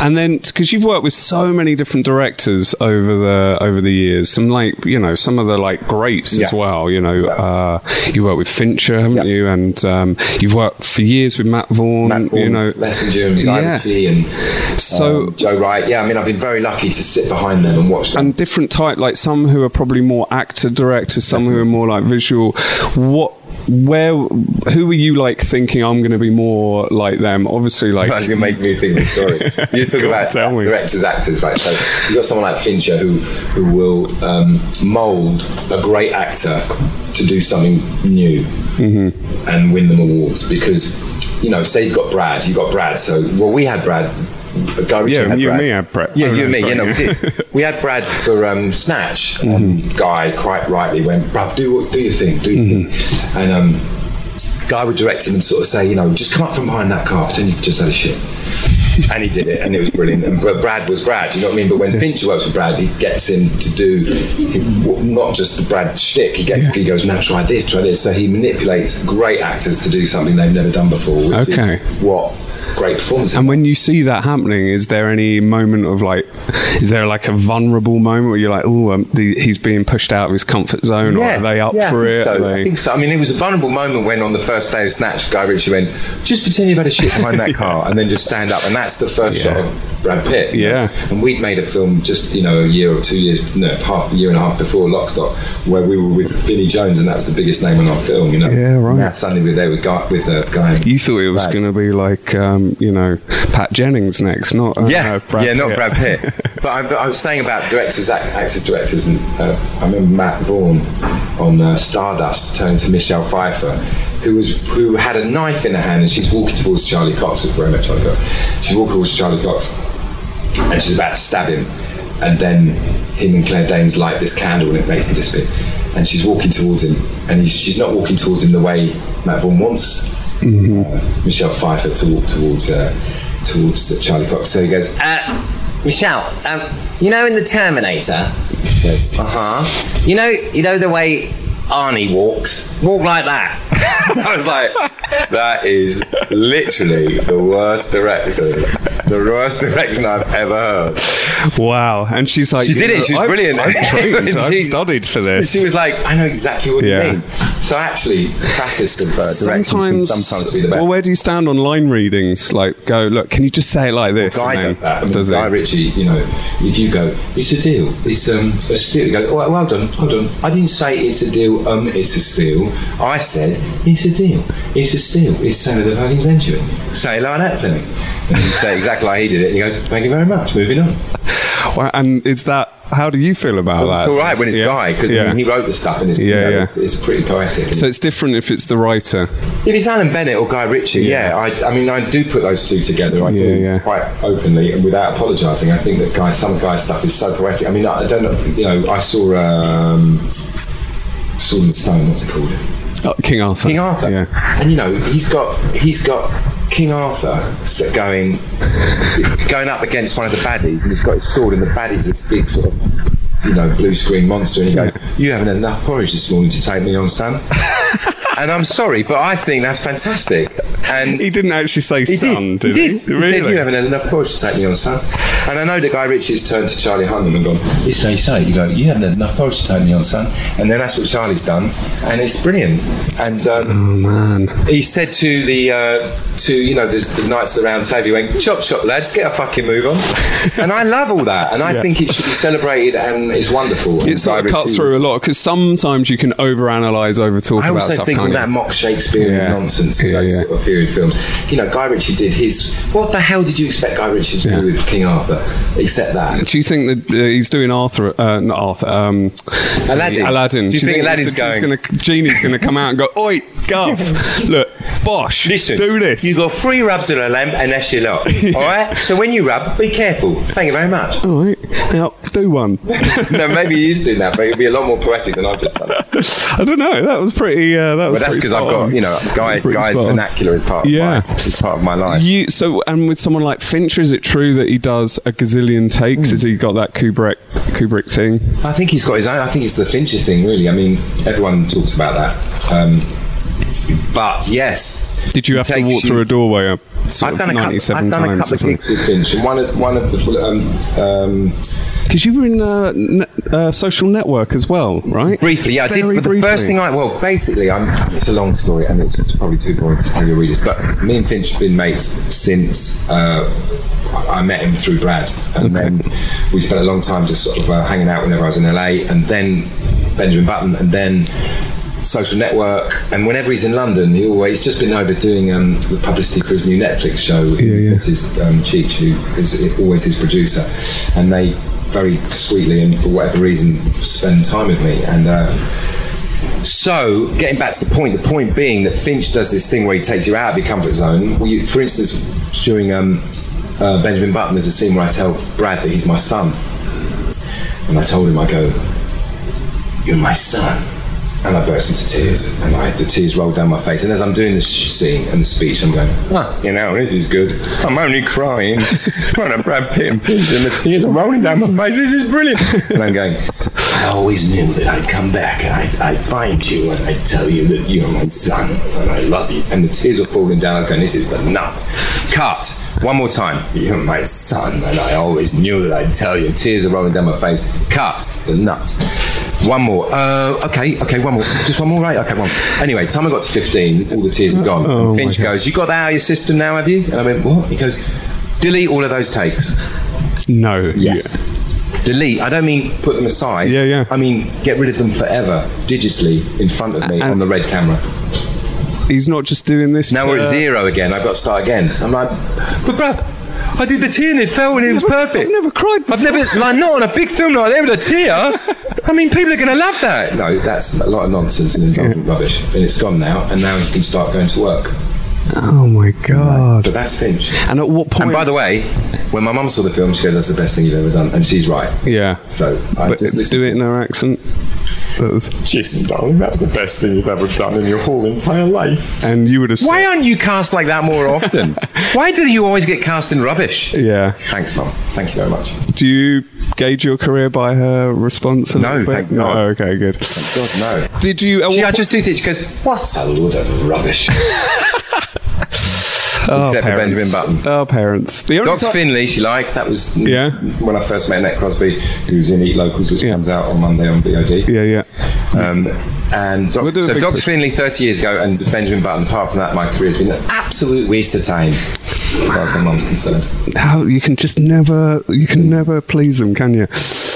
S5: And then, because you've worked with so many different directors over the over the years, some like you know some of the like greats as
S6: Yeah.
S5: well. You know, uh, you worked with Fincher, haven't
S6: Yeah.
S5: you? And um, you've worked for years with Matt Vaughan.
S6: Matt
S5: you
S6: Vaughan,
S5: know,
S6: Lessinger and Guy
S5: yeah.
S6: Ritchie and
S5: So-
S6: um, Joe Wright. Yeah, I mean, I've been very lucky to sit behind them and watch them.
S5: and different type like some who are probably more actor directors some who are more like visual what where who were you like thinking i'm going to be more like them obviously like
S6: Like, you make me think of the story. You talk
S5: God,
S6: about
S5: tell me.
S6: directors, actors, right? So you've got someone like Fincher who who will um, mould a great actor to do something new
S5: Mm-hmm.
S6: and win them awards because you know, say you've got Brad, you've got Brad. So well, we had Brad. Guy Ritchie
S5: Yeah,
S6: had
S5: you and
S6: Brad.
S5: me had Brad.
S6: Yeah,
S5: Oh,
S6: you
S5: no,
S6: and me.
S5: sorry.
S6: You know, we, did. we had Brad for um, Snatch. and
S5: Mm-hmm.
S6: Guy quite rightly went, Bruv, do what, do your thing, do your thing, and um, guy would direct him and sort of say, you know, just come up from behind that car, pretend you've just had a shit. and he did it, and it was brilliant. And Br- Brad was Brad, you know what I mean? But when Fincher works with Brad, he gets him to do he, w- not just the Brad shtick. He, gets, he goes, now try this, try this. So he manipulates great actors to do something they've never done before. Which is
S5: Okay.
S6: what great performances.
S5: and when you see that happening is there any moment of like is there like a vulnerable moment where you're like oh um, the, he's being pushed out of his comfort zone or are they up
S6: yeah,
S5: for
S6: I think
S5: it
S6: So.
S5: Are they-
S6: I think so. I mean, it was a vulnerable moment when on the first day of Snatch, Guy Ritchie went, just pretend you've had a shit behind that car and then just stand up. And that that's the first
S5: Yeah.
S6: shot of Brad Pitt.
S5: Yeah.
S6: And we'd made a film just, you know, a year or two years, no, half a year and a half before Lockstock, where we were with Billy Jones, and that was the biggest name on our film, you know.
S5: Yeah, right.
S6: And suddenly we're there with, guy, with a guy.
S5: You thought it was
S6: Right.
S5: going to be like, um, you know, Pat Jennings next, not uh,
S6: yeah,
S5: uh, Brad
S6: yeah, not
S5: Pitt.
S6: Brad Pitt. but I, but I was saying about directors, act, actors, directors, and uh, I remember Matt Vaughan on uh, Stardust turning to Michelle Pfeiffer, who was who had a knife in her hand, and she's walking towards Charlie Cox, is where I met Charlie Cox. She's walking towards Charlie Cox, and she's about to stab him, and then him and Claire Danes light this candle, and it makes them disappear. And she's walking towards him, and he's, she's not walking towards him the way Matt Vaughan wants uh, Michelle Pfeiffer to walk towards uh, towards uh, Charlie Cox. So he goes, "Ah,
S8: Uh, Michelle, um, you know in the Terminator.
S6: Yes.
S8: Uh huh. You know, you know the way Arnie walks. Walk like that.
S6: I was like, that is literally the worst direction, the worst direction I've ever heard.
S5: Wow. And she's like,
S6: She
S5: "You
S6: did
S5: know,
S6: it. She was
S5: I've-
S6: brilliant.
S5: I've trained.
S6: And
S5: I've
S6: she-
S5: studied for this.
S6: She was like, I know exactly what
S5: Yeah.
S6: you mean. So actually, the fattest of uh, directions
S5: sometimes,
S6: can sometimes be the best.
S5: well, where do you stand on line readings? Like, go look. Can you just say it like this?
S6: Guy
S5: And then-
S6: does that. I mean,
S5: does
S6: Guy
S5: it?
S6: Ritchie, you know, if you go, it's a deal. It's um, a steal. You go, well, well done, well done. I didn't say it's a deal. Um, it's a steal. I said it's a deal. It's a steal. It's Sailor the fucking century. Say it like that, Fleming. And you say exactly like he did it. And he goes, thank you very much. Moving on.
S5: Well, and is that? How do you feel about that?
S6: it's all right when it's
S5: Oh, Yeah.
S6: Guy because
S5: Yeah.
S6: he wrote the stuff and it's, you
S5: Yeah,
S6: know,
S5: yeah.
S6: it's, it's pretty poetic.
S5: so it's different if it's the writer.
S6: If it's Alan Bennett or Guy Ritchie, yeah, I, I mean, I do put those two together. I do
S5: Yeah, yeah.
S6: quite openly and without apologising. I think that guy, some guy stuff is so poetic. I mean, I, I don't know. You know, I saw um, Sword in the Stone. What's it called?
S5: Oh, King Arthur.
S6: King Arthur.
S5: Yeah.
S6: And you know, he's got he's got King Arthur s- going going up against one of the baddies, and he's got his sword, and the baddie's this big sort of you know blue screen monster, and he goes, "You haven't had enough porridge this morning to take me on, son." and I'm sorry, but I think that's fantastic. And
S5: He didn't actually say
S6: he
S5: son,
S6: did.
S5: did,
S6: He, did. He
S5: Really?
S6: said, you haven't had enough porridge to take me on, son. And I know that Guy Ritchie's turned to Charlie Hunnam and gone, this say, say. You go, you haven't had enough porridge to take me on, son. And then that's what Charlie's done. And it's brilliant. And um,
S5: oh man.
S6: he said to the, uh, to you know, the, the Knights of the Round Table, he went, chop, chop, lads, get a fucking move on. and I love all that. And I think it should be celebrated and it's wonderful. And
S5: It sort
S6: Guy
S5: of cuts
S6: Ritchie-
S5: through a lot because sometimes you can overanalyze, overtalk
S6: I
S5: about
S6: also
S5: stuff.
S6: think all
S5: can't
S6: that
S5: you?
S6: mock Shakespeare
S5: Yeah.
S6: nonsense,
S5: Yeah,
S6: those
S5: yeah.
S6: sort of period films. You know, Guy Ritchie did his. What the hell did you expect Guy Ritchie to
S5: Yeah.
S6: do with King Arthur? Except that.
S5: Do you think that uh, he's doing Arthur? Uh, not Arthur. Um,
S6: Aladdin.
S5: Aladdin.
S6: Do you think Aladdin's
S5: the- he's
S6: going-
S5: Gonna, Genie's going to come out and go, "Oi, Guff, look, Bosh, do this."
S8: You got three rubs on a lamp, and that's your lot. All right. So when you rub, be careful. Thank you very much.
S5: all right, now do one.
S6: no, maybe he is doing that, but it'd be a lot more poetic than I've just done.
S5: I don't know. That was pretty. Uh, that was.
S6: But that's
S5: pretty
S6: because I've
S5: spot
S6: got
S5: on.
S6: you know
S5: That
S6: Guy,
S5: was pretty
S6: Guy's
S5: spot on.
S6: vernacular is part of
S5: Yeah.
S6: my, is part of my life.
S5: You so and with someone like Fincher, is it true that he does a gazillion
S6: Hmm.
S5: takes? Has he got that Kubrick Kubrick thing?
S6: I think he's got his own. I think it's the Fincher thing, really. I mean, everyone talks about that. Um, but yes,
S5: Did you
S6: it
S5: have to
S6: takes
S5: walk through a doorway up sort
S6: I've
S5: of
S6: done, a couple,
S5: 97
S6: I've done a
S5: times
S6: couple
S5: or
S6: of
S5: something?
S6: gigs with Finch, and one of one of the um, um,
S5: Because you were in uh, ne- uh, Social Network as well, right?
S6: briefly, yeah, I did.
S5: Very
S6: But the
S5: briefly.
S6: first thing I well, basically, I'm, it's a long story, and it's, it's probably too boring to tell your readers. But me and Finch have been mates since uh, I met him through Brad, and then we spent a long time just sort of uh, hanging out whenever I was in LA, and then Benjamin Button, and then social network and whenever he's in london he always he's just been over doing um, the publicity for his new netflix show this is um, cheech who is always his producer and they very sweetly and for whatever reason spend time with me and uh, so getting back to the point the point being that finch does this thing where he takes you out of your comfort zone Well, you, for instance during um, uh, benjamin button there's a scene where i tell brad that he's my son and I told him, I go, You're my son. And I burst into tears, and I, the tears rolled down my face. And as I'm doing this sh- scene and the speech, I'm going, ah, You know, this is good. I'm only crying. Trying to Brad Pitt and Pitt, and the tears are rolling down my face. This is brilliant. And I'm going, I always knew that I'd come back and I'd, I'd find you and I'd tell you that you're my son and I love you. And the tears were falling down. I was going, This is the nuts. Cut. One more time. You're my son, and I always knew that I'd tell you. Tears are rolling down my face. Cut the nut. One more. Uh, okay, okay, one more. Just one more, right? Okay, one. More. Anyway, time I got to 15, all the tears had gone. Finch goes, "You got that out of your system now, have you?" And I went, "What?" He goes, Delete all of those takes.
S5: No.
S6: Yes. Delete. I don't mean put them aside.
S5: Yeah, yeah.
S6: I mean get rid of them forever, digitally, in front of me on the red camera.
S5: Yeah. He's not just doing this.
S6: Now we're
S5: uh,
S6: at zero again. I've got to start again. I'm like, but bruv, I did the tear and it fell and it was perfect.
S5: I've never cried
S6: I've never, like, not on a big film like that with a tear. I mean, people are going to love that. No, that's a lot of nonsense and insulting rubbish. And it's gone now, and now you can start going to work.
S5: Oh my god.
S6: But that's Finch.
S5: And at what point?
S6: And by the way, when my mum saw the film, she goes, "That's the best thing you've ever done," and she's right.
S5: yeah.
S6: So I
S5: But
S6: just
S5: do
S6: listen to
S5: it in her accent. That was-
S3: Jason, darling, that's the best thing you've ever done in your whole entire life.
S5: and you would have.
S6: Why
S5: said-
S6: aren't you cast like that more often? Why do you always get cast in rubbish?
S5: Yeah.
S6: Thanks, mum. Thank you very much.
S5: Do you gauge your career by her response? A
S6: No,
S5: little bit?
S6: thank
S5: no.
S6: God.
S5: Okay, good.
S6: God no.
S5: Did you? at
S6: She, I
S5: what
S6: just do think she goes, "What a load of rubbish."
S5: Oh,
S6: Except for
S5: parents.
S6: Benjamin Button.
S5: Oh, parents. The only
S6: Docs
S5: time-
S6: Finley, she liked. That was
S5: Yeah.
S6: when I first met Nick Crosby, who's in Eat Locals, which
S5: Yeah.
S6: comes out on Monday on VOD.
S5: yeah, yeah.
S6: Um, and Doc,
S5: We'll do a
S6: so
S5: big
S6: Docs
S5: push.
S6: Finley 30 years ago, and Benjamin Button. Apart from that, my career has been an absolute waste of time, as far as my mum's concerned.
S5: How you can just never, you can never please them, can you?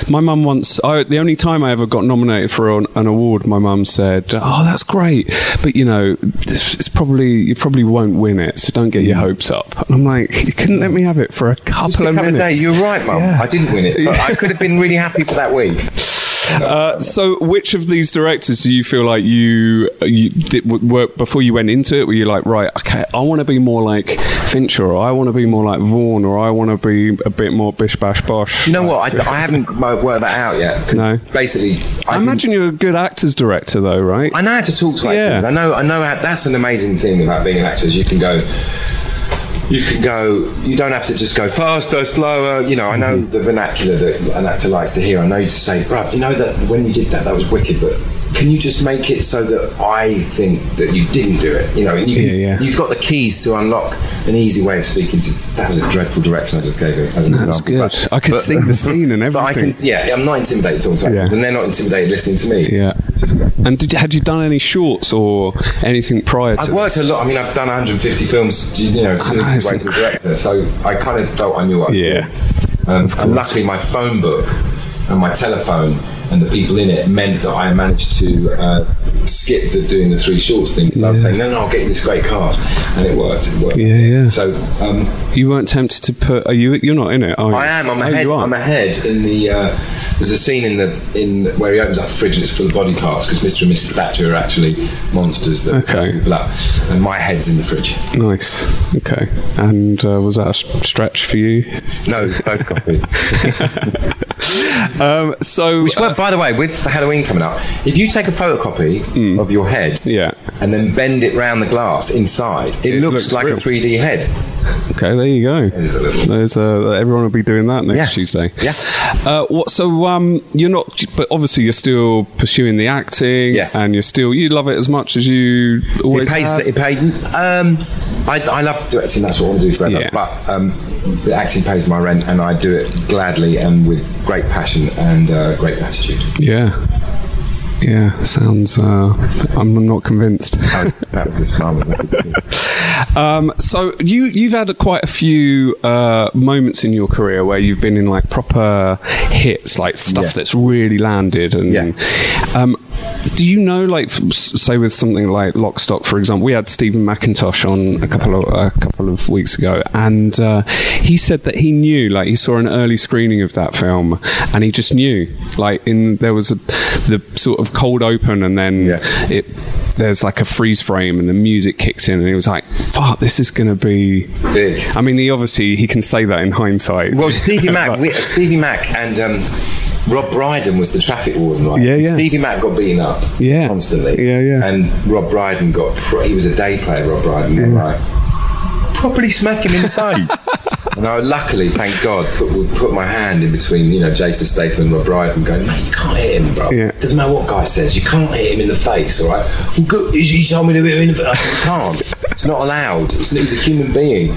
S5: My mum once. I, the only time I ever got nominated for an, an award, my mum said, "Oh, that's great, but you know, this, it's probably you probably won't win it, so don't get your hopes up." And I'm like, you couldn't let me have it for a couple
S6: Mm. Just a
S5: of
S6: couple of
S5: minutes.
S6: days. You're right, mum.
S5: Yeah.
S6: I didn't win it, but I could have been really happy for that week.
S5: Uh, so, which of these directors do you feel like you you did w- were, before you went into it? Were you like, right, okay, I want to be more like Fincher, or I want to be more like Vaughan, or I want to be a bit more bish bash bosh?
S6: You know what? I, I haven't mo- worked that out yet. 'cause
S5: No.
S6: Basically,
S5: I
S6: can-
S5: imagine you're a good actors director, though, right?
S6: I know how to talk to actors.
S5: Yeah.
S6: I know. I know how, that's an amazing thing about being an actor. Is you can go. You can go. You don't have to just go faster, slower. You know. I know
S5: Mm-hmm.
S6: the vernacular that an actor likes to hear. I know you to say, "Bruv, you know that when you did that, that was wicked." But can you just make it so that I think that you didn't do it? You know. and You can,
S5: Yeah, yeah.
S6: You've got the keys to unlock an easy way of speaking. To that was a dreadful direction I just gave it. As an
S5: That's
S6: example,
S5: good.
S6: but-
S5: I could
S6: but-
S5: see the scene and
S6: But I
S5: everything.
S6: can, yeah, I'm not intimidated talking to actors,
S5: Yeah.
S6: and they're not intimidated listening to me.
S5: Yeah. And did you, had you done any shorts or anything prior to?
S6: I've worked a lot. I mean, I've done 150 films, you
S5: know,
S6: know, to the
S5: it's
S6: way to the director. So I kind of felt I knew what. I
S5: Ah, Yeah.
S6: did. Um, and luckily, my phone book and my telephone and the people in it meant that I managed to uh, skip the doing the three shorts thing because I was saying, no, no, I'll get you this great cast, and it worked. It worked.
S5: Yeah, yeah.
S6: So um,
S5: You weren't tempted to put? Are you? You're not in it, are you?
S6: I am. I'm
S5: Oh,
S6: ahead.
S5: you are.
S6: I'm ahead in the. Uh, there's a scene in the in where he opens up the fridge and it's full of body parts because Mr. and Mrs. Thatcher are actually monsters that
S5: Okay.
S6: people up, and my head's in the fridge.
S5: Nice. Okay. And uh, was that a s- stretch for you?
S6: No, photocopy.
S5: Um, so
S6: Which, well, by the way, with Halloween coming up, if you take a photocopy of your head
S5: yeah.
S6: and then bend it round the glass inside, it,
S5: It looks
S6: looks, like
S5: real.
S6: a 3D head.
S5: Okay, there you go. There's uh, everyone will be doing that next
S6: Yeah.
S5: Tuesday.
S6: Yeah.
S5: Uh, what? So um, you're not, but obviously you're still pursuing the acting,
S6: Yes.
S5: and you're still you love it as much as you
S6: It
S5: always
S6: pays.
S5: have.
S6: It paid. Um, I, I love directing. That's what I want to do forever.
S5: Yeah.
S6: But um, the acting pays my rent, and I do it gladly and with great passion and uh, great gratitude.
S5: yeah. Yeah, sounds. Uh, I'm not convinced.
S6: That was, that was a smile.
S5: Um, so you you've had quite a few uh, moments in your career where you've been in like proper hits, like stuff
S6: Yeah.
S5: that's really landed. And um, do you know, like, f- s- say with something like Lockstock, for example, we had Stephen McIntosh on a couple of a couple of weeks ago, and uh, he said that he knew, like, he saw an early screening of that film, and he just knew, like, in there was a, the sort of cold open, and then
S6: Yeah.
S5: it there's like a freeze frame and the music kicks in and it was like fuck this is gonna be
S6: Big.
S5: i mean he obviously he can say that in hindsight
S6: Well, Stevie Mac,
S5: But-
S6: we, Stevie Mac, and um, Rob Brydon was the traffic warden, right?
S5: Yeah, yeah.
S6: Stevie Mac got beaten up,
S5: Yeah.
S6: constantly,
S5: Yeah, yeah.
S6: And Rob Brydon got pr- he was a day player, Rob Brydon, and like properly smack him in the face. and I luckily, thank God, put, would put my hand in between, you know, Jason Statham and Rob Brydon, going, mate, you can't hit him, bro.
S5: Yeah.
S6: Doesn't matter what guy says, you can't hit him in the face, all right? Well, good, he told me to hit him in the face. I said, You can't. It's not allowed. It's, he's a human being.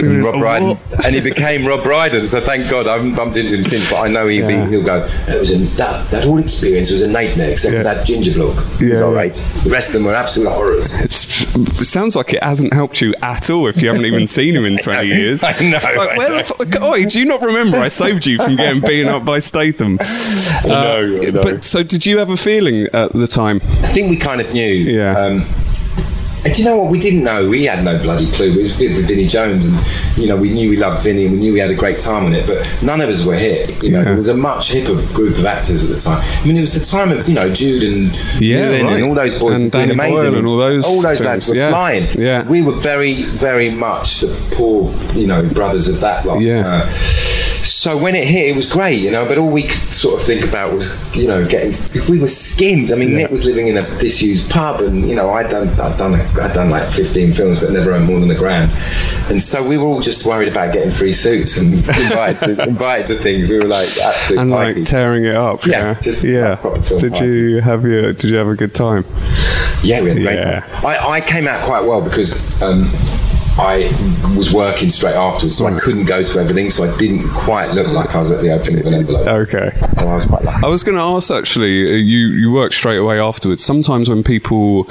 S6: and Rob
S4: Oh,
S6: Brydon,
S4: what?
S6: and he became Rob Brydon. So thank God I haven't bumped into him since. But I know he'll
S4: Yeah.
S6: be, he'll go. It was a, that that whole experience was a nightmare, except for
S4: Yeah.
S6: that ginger bloke. He was
S4: Yeah,
S6: all
S4: yeah.
S6: right. The rest of them were absolute horrors.
S5: It's, it sounds like it hasn't helped you at all if you haven't even seen him in 20 years.
S6: I know,
S5: It's like,
S6: I
S5: where the
S6: know.
S5: fuck? Oi, do you not remember? I saved you from getting beaten up by Statham. Uh,
S3: know, I know.
S5: But so, did you have a feeling at the time?
S6: I think we kind of knew.
S5: Yeah.
S6: Um, and do you know what? We didn't know. We had no bloody clue. It was with with Vinnie Jones, and you know, we knew we loved Vinnie, and we knew we had a great time on it. But none of us were hit. You know,
S5: Yeah.
S6: it was a much hipper group of actors at the time. I mean, it was the time of you know Jude and
S5: Yeah,
S6: Newlin
S5: right.
S6: and all those boys
S5: And
S6: were doing
S5: Danny
S6: amazing.
S5: Boyle and all those
S6: all those lads
S5: things,
S6: were
S5: yeah.
S6: flying.
S5: Yeah.
S6: we were very, very much the poor, you know, brothers of that lot.
S5: Yeah.
S6: Uh, so when it hit, it was great, you know. But all we could sort of think about was, you know, getting. We were skinned. I mean, Nick was living in a disused pub, and you know, I'd done, I'd done, a, I'd done like fifteen films, but never earned more than a grand. And so we were all just worried about getting free suits and invited, to, invited to things. We were like, absolute
S5: And like
S6: pikeys.
S5: tearing it up.
S6: Yeah,
S5: Yeah.
S6: just
S5: yeah.
S6: like proper film
S5: did
S6: party.
S5: you have your? Did you have a good time?
S6: Yeah, we had a great
S5: Yeah.
S6: time. I, I came out quite well because um, I was working straight afterwards, so I couldn't go to everything, so I didn't quite look like I was at the opening of an envelope.
S5: Okay.
S6: So I was quite lucky.
S5: I was going to ask actually, uh, you, you work straight away afterwards. Sometimes when people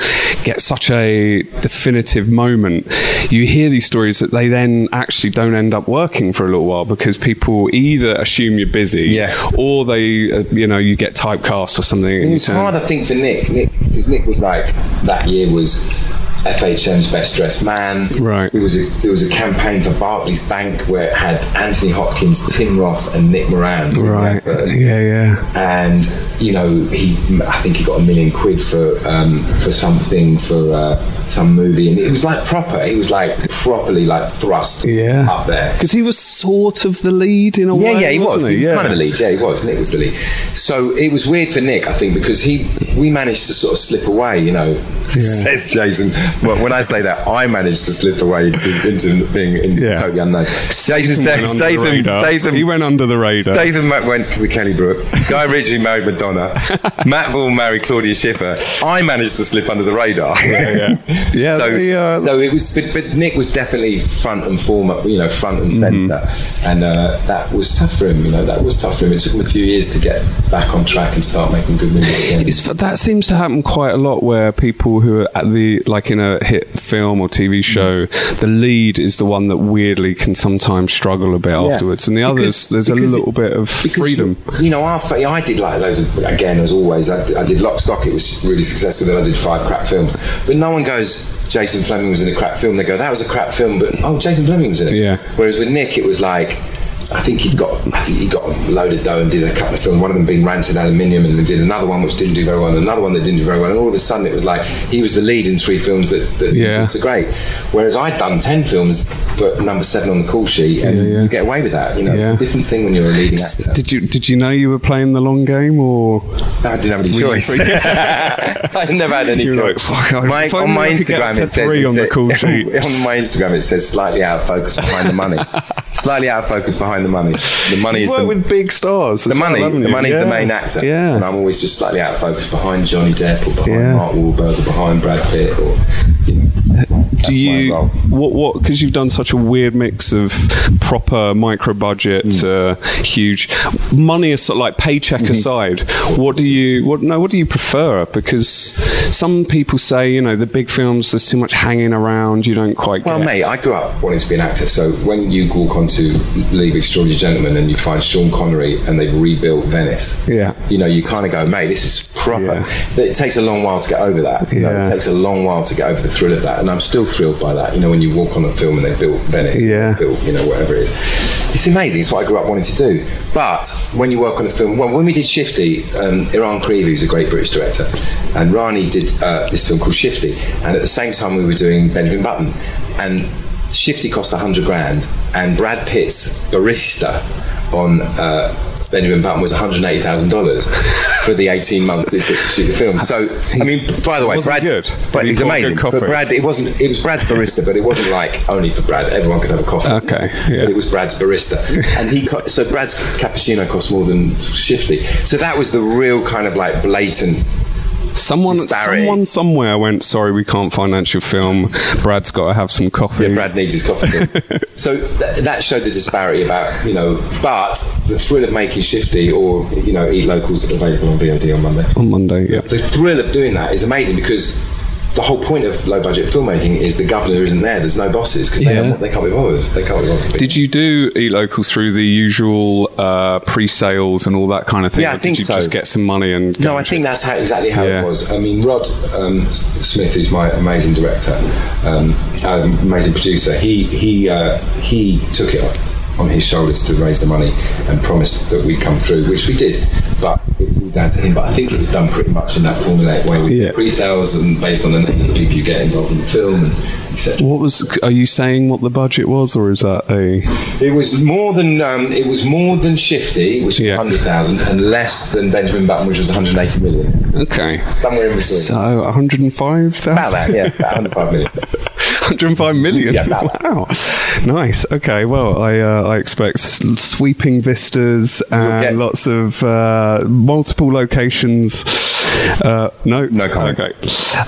S5: get such a definitive moment, you hear these stories that they then actually don't end up working for a little while because people either assume you're busy
S6: Yeah.
S5: or they, uh, you know, you get typecast or something. and
S6: It
S5: you
S6: was
S5: turn-
S6: hard, I think, for Nick. Nick because Nick was like that year was FHM's best dressed man.
S5: Right.
S6: There was a there was a campaign for Barclays Bank where it had Anthony Hopkins, Tim Roth, and Nick Moran.
S5: Right. Yeah, yeah.
S6: And you know, he I think he got a million quid for um, for something for uh, some movie, and it was like proper. He was like properly like thrust
S5: Yeah.
S6: up there.
S5: Because he was sort of the lead in a
S6: Yeah,
S5: way.
S6: yeah, he was.
S5: wasn't
S6: He, was kind of the lead. Yeah, he was. Nick was the lead. So it was weird for Nick, I think, because he we managed to sort of slip away. You know, says Jason. Well, when I say that, I managed to slip away into, into being in
S5: Yeah.
S6: totally unknown. Jason
S5: Went
S6: Statham,
S5: under the
S6: Statham,
S5: radar.
S6: Statham.
S5: He went under the radar.
S6: Statham Mac went with Kelly Brook. Guy Ritchie married Madonna. Matt Ball married Claudia Schiffer. I managed to slip under the radar. Yeah, yeah.
S5: Yeah,
S6: so,
S5: they, uh,
S6: so it was, but, but Nick was definitely front and former, you know, front and center and uh, that was tough for him. You know, that was tough for him. It took him a few years to get back on track and start making good movies again.
S5: It's, that seems to happen quite a lot where people who are at the like in a hit film or
S6: Mm.
S5: TV show, the lead is the one that weirdly can sometimes struggle a bit afterwards, and the others
S6: Because-
S5: there's a
S6: because-
S5: little bit of
S6: because
S5: freedom.
S6: You, you know, our, fa- I did like loads of, again, as always, I, d- I did Lock Stock, it was really successful, then I did five crap films. But no one goes, Jason Fleming was in a crap film. They go, that was a crap film, but oh, Jason Fleming was in it.
S5: Yeah.
S6: Whereas with Nick, it was like, I think he'd got, I think he got a load of dough and did a couple of films. One of them being Rancid Aluminium, and they did another one which didn't do very well, and another one that didn't do very well. And all of a sudden, it was like he was the lead in three films that, that
S5: Yeah.
S6: were great. Whereas I'd done ten films, but number seven on the call sheet, and
S5: yeah.
S6: you get away with that. You know,
S5: Yeah.
S6: different thing when you're a leading
S5: S-
S6: actor.
S5: Did you did you know you were playing the long game or
S6: I didn't have any
S5: Were you
S6: choice.
S5: free-
S6: I never had any
S5: You were
S6: choice.
S5: like, "Fuck, I-
S6: my,
S5: if only
S6: on my
S5: I could get up
S6: Instagram,
S5: to
S6: it says,
S5: three
S6: it
S5: on the
S6: said-
S5: call sheet.
S6: on my Instagram, it says slightly out of focus behind the money. slightly out of focus behind the money. The money
S5: you
S6: is
S5: work
S6: the,
S5: with big stars?
S6: the
S5: as well,
S6: money.
S5: haven't
S6: the
S5: you?
S6: money's the
S5: Yeah.
S6: main actor.
S5: Yeah.
S6: And I'm always just slightly out of focus behind Johnny Depp or behind
S5: Yeah.
S6: Mark Wahlberg or behind Brad Pitt or. You know, that's
S5: Do
S6: my
S5: you
S6: role.
S5: what what because you've done such a weird mix of proper micro budget
S6: Mm.
S5: to huge money aside, like paycheck
S6: Mm-hmm.
S5: aside? What do you what no what do you prefer? Because some people say you know the big films there's too much hanging around. You don't quite
S6: Well,
S5: get.
S6: mate, I grew up wanting to be an actor. So when you walk onto League of Extraordinary Gentlemen and you find Sean Connery and they've rebuilt Venice,
S5: Yeah.
S6: you know, you kind of go, mate, this is proper. But It takes a long while to get over that. You know,
S5: Yeah.
S6: it takes a long while to get over the thrill of that, and I'm still thrilled by that. You know, when you walk on a film and they built Venice,
S5: Yeah.
S6: they built, you know, whatever it is, it's amazing. It's what I grew up wanting to do. But when you work on a film, well, when we did Shifty, um, Iran Krievi, who's a great British director, and Rani did uh, this film called Shifty, and at the same time we were doing Benjamin Button, and Shifty cost a hundred grand, and Brad Pitt's barista on. Uh, Benjamin Button was $180,000 for the 18 months it took to shoot the film. So, I mean, by the way,
S5: Wasn't
S6: Brad,
S5: good, but
S6: Brad,
S5: he
S6: it
S5: bought
S6: was
S5: good
S6: amazing. But
S5: coffee.
S6: Brad, it wasn't. It was Brad's barista, but it wasn't like only for Brad. Everyone could have a coffee.
S5: Okay, yeah.
S6: But it was Brad's barista, and he co- so Brad's cappuccino cost more than Shifty. So that was the real kind of like blatant
S5: Someone,
S6: disparity.
S5: someone somewhere went, sorry, we can't finance your film. Brad's got to have some coffee.
S6: Yeah, Brad needs his coffee. so th- that showed the disparity about, you know, but the thrill of making Shifty or, you know, Eat Locals available on VOD on Monday.
S5: on Monday, yeah.
S6: The thrill of doing that is amazing because the whole point of low budget filmmaking is the governor isn't there, there's no bosses because they,
S5: Yeah.
S6: don't- they can't be bothered. They can't be bothered.
S5: Did you do e-locals through the usual uh, pre-sales and all that kind of thing?
S6: Yeah, I
S5: or
S6: think
S5: did you
S6: so.
S5: just get some money and go
S6: No, I
S5: and
S6: think that's how exactly how
S5: Yeah.
S6: it was. I mean, Rod um, S- Smith, who's my amazing director, um, um, amazing producer, he he uh, he took it on his shoulders to raise the money and promised that we'd come through, which we did. But it all down to him. But I think it was done pretty much in that formulaic way with
S5: Yeah.
S6: pre-sales and based on the name of the people you get involved in the film, and etc.
S5: What was? Are you saying what the budget was, or is that a?
S6: It was more than um, it was more than Shifty, which was
S5: Yeah.
S6: hundred thousand, and less than Benjamin Button, which was one hundred eighty million.
S5: Okay.
S6: Somewhere in between.
S5: So 105
S6: about that, yeah, about 105 million.
S5: 105 million.
S6: Yeah, about
S5: wow. Nice. Okay. Well, I uh, I expect s- sweeping vistas and
S6: get-
S5: lots of uh, multiple locations. Uh, no.
S6: No comment.
S5: Okay.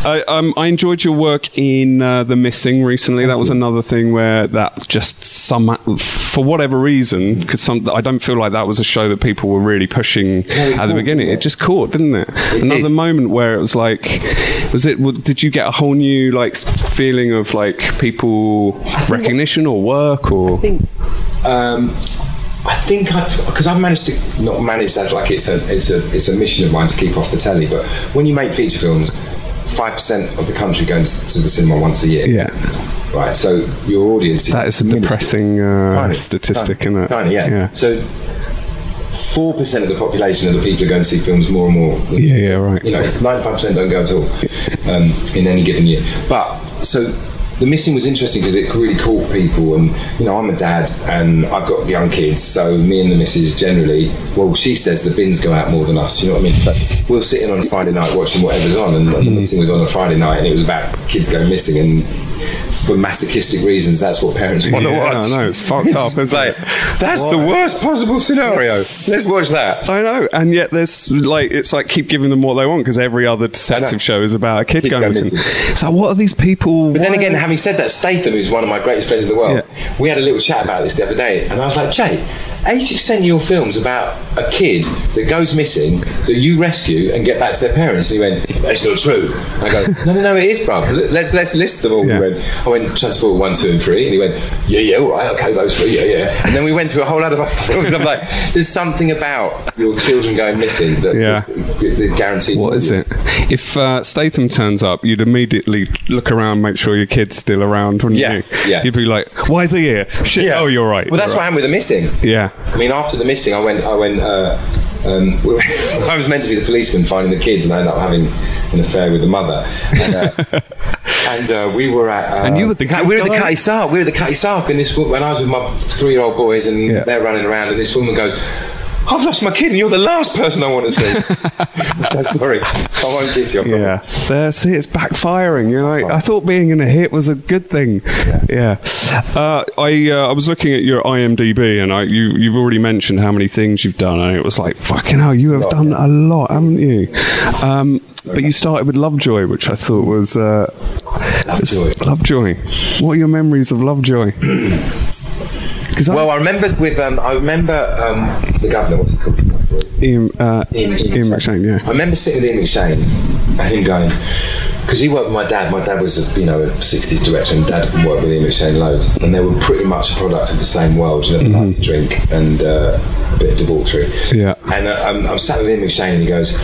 S5: I, um, I enjoyed your work in uh, The Missing recently. That was
S6: Mm-hmm.
S5: another thing where that just some for whatever reason because some I don't feel like that was a show that people were really pushing at the beginning. It just caught, didn't it? another moment where it was like, was it? w- Did you get a whole new like s- feeling of like people recognition or work or?
S6: Um, I think I've because I've managed to not manage that like it's a it's a it's a mission of mine to keep off the telly. But when you make feature films, five percent of the country goes to the cinema once a year.
S5: Yeah.
S6: Right. So your audience
S5: That is a
S6: minuscule.
S5: depressing uh,
S6: Tiny,
S5: statistic,
S6: tiny,
S5: isn't it?
S6: Tiny, yeah. So four percent of the population of the people who go and see films more and more.
S5: Yeah, yeah, right.
S6: You know, it's ninety-five percent don't go at all um, in any given year. But so the missing was interesting because it really caught people, and you know, I'm a dad and I've got young kids, so me and the missus generally, well, she says the bins go out more than us. You know what I mean? But we'll sit in on a Friday night watching whatever's on, and, and the missing was on a Friday night, and it was about kids go missing and. For masochistic reasons, that's what parents want to
S5: Yeah,
S6: watch.
S5: I know, it's fucked up, isn't
S6: like,
S5: it?
S6: That's the worst possible scenario. Let's watch that.
S5: I know, and yet there's like it's like keep giving them what they want because every other
S6: I know.
S5: detective show is about a kid
S6: Kid
S5: going
S6: going
S5: missing.
S6: missing.
S5: So what are these people?
S6: But then
S5: why-
S6: again, having said that, Statham is one of my greatest friends in the world. We had a little chat about this the other day, and I was like, Jay, 80% of your film's about a kid that goes missing that you rescue and get back to their parents. And he went, That's not true. And I go, No, no, no, it is, bruv. L- Let's, let's list them all.
S5: Yeah.
S6: He went, I went, Transport 1, 2, and 3. And he went, Yeah, yeah, all right, okay, those three, yeah, yeah. And then we went through a whole lot of other films. I'm like, There's something about your children going missing that
S5: Yeah.
S6: that guaranteed.
S5: What is it? If uh, Statham turns up, you'd immediately look around, make sure your kid's still around, wouldn't
S6: Yeah,
S5: you?
S6: yeah.
S5: You'd be like, "Why is he here? Shit! Oh, you're right."
S6: Well, that's
S5: you're
S6: what happened with the missing.
S5: right.
S6: I mean, after the missing, I went. I went. Uh, um, I was meant to be the policeman finding the kids, and I ended up having an affair with the mother. And, uh, and uh, we were at. Uh,
S5: And you were the good
S6: we were at the
S5: guy?
S6: Cutty Sark. We were at the Cutty Sark, and this wo- when I was with my three-year-old boys, and
S5: Yeah.
S6: they're running around, and this woman goes. I've lost my kid, and you're the last person I want to see. I'm so sorry. I won't kiss you. I
S5: Yeah,
S6: promise.
S5: yeah. There, see, it's backfiring. You're like, I thought being in a hit was a good thing. Yeah. Uh, I uh, I was looking at your IMDb, and I you you've already mentioned how many things you've done, and it was like, fucking hell, you have done a lot, haven't you? Um, but you started with Lovejoy, which I thought was uh,
S6: Lovejoy.
S5: Lovejoy. What are your memories of Lovejoy? Because
S6: Well, I
S5: I
S6: remember with um, I remember um, the governor. What's he called?
S5: Ian, uh,
S6: Ian McShane.
S5: Ian McShane,
S6: I
S5: yeah.
S6: remember sitting with Ian McShane and him going, because he worked with my dad. My dad was, a, you know, a 60s director, and dad worked with Ian McShane loads. And they were pretty much a product of the same world, you know, like drink and uh, a bit of debauchery.
S5: Mm-hmm. Yeah.
S6: And uh, I'm, I'm sat with Ian McShane, and he goes,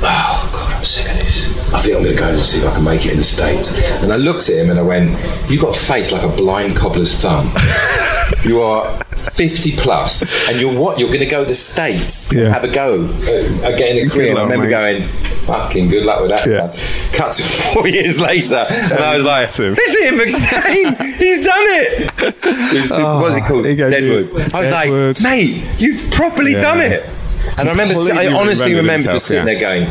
S6: Oh, God, I'm sick of this. I think I'm going to go and see if I can make it in the States. And I looked at him and I went, You've got a face like a blind cobbler's thumb. you are 50 plus, and you're what? You're going to go to the States and
S5: Yeah.
S6: have a go uh, at getting a career.
S5: luck,
S6: I remember
S5: mate.
S6: going, fucking good luck with that.
S5: Yeah.
S6: man." Cut to four years later, and I was like,
S5: massive.
S6: this is Ian McShane. He's done it. it was,
S5: Oh,
S6: what was it called?
S5: he gave you-
S6: Deadwood. I was
S5: Deadwood.
S6: like, mate, you've properly
S5: Yeah.
S6: done it. And I remember, si- I
S5: Completely
S6: honestly
S5: reinvented
S6: remember
S5: himself,
S6: just sitting
S5: yeah.
S6: there going,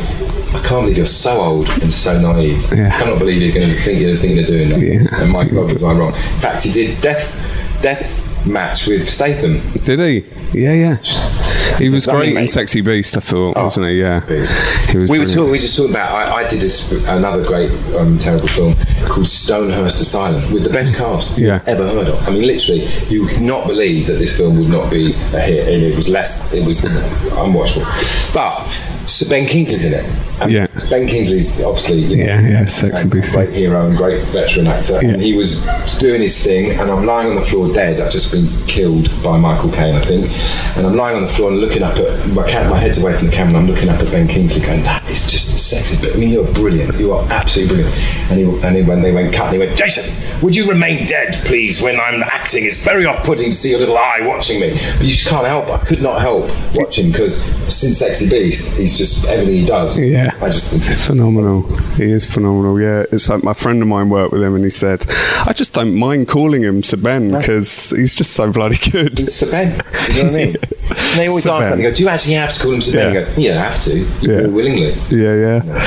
S6: I can't believe you're so old and so naive.
S5: Yeah.
S6: I cannot believe you're going to think you're thinking of doing that.
S5: Yeah.
S6: And my God, was I wrong? In fact, he did death, death match with Statham.
S5: Did he? Yeah, yeah. He was
S6: I mean,
S5: great in
S6: mate.
S5: Sexy Beast, I thought, wasn't he? Oh. Yeah. He was
S6: we were
S5: brilliant.
S6: talking. We just talked about. I, I did this another great, um, terrible film called Stonehurst Asylum with the best cast
S5: Yeah.
S6: ever heard of. I mean, literally, you could not believe that this film would not be a hit, and it was less. It was unwatchable. But so Ben Kingsley's in it. And
S5: Yeah.
S6: Ben Kingsley's obviously. You know,
S5: Yeah, yeah, Sexy Beast.
S6: great hero and great veteran actor. And he was doing his thing, and I'm lying on the floor dead. I've just been killed by Michael Caine, I think. And I'm lying on the floor and looking up at my cat. My head's away from the camera. and I'm looking up at Ben Kingsley, going, "That is just sexy." But I mean, you're brilliant. You are absolutely brilliant. And, he, and he, when they went cut, they went, "Jason, would you remain dead, please? When I'm acting, it's very off-putting to see your little eye watching me." But you just can't help. I could not help watching because since Sexy Beast, he's just everything he does.
S5: Yeah.
S6: I just think
S5: It's phenomenal. He is phenomenal. Yeah, it's like my friend of mine worked with him, and he said, "I just don't mind calling him Sir Ben because he's just so bloody good."
S6: Sir Ben. You know what I mean? And they always
S5: Sir
S6: ask that.
S5: Ben.
S6: They go, "Do you actually have to call him Sir Ben?"
S5: Yeah.
S6: You go, "You don't have to. You
S5: Yeah.
S6: do willingly."
S5: Yeah, yeah.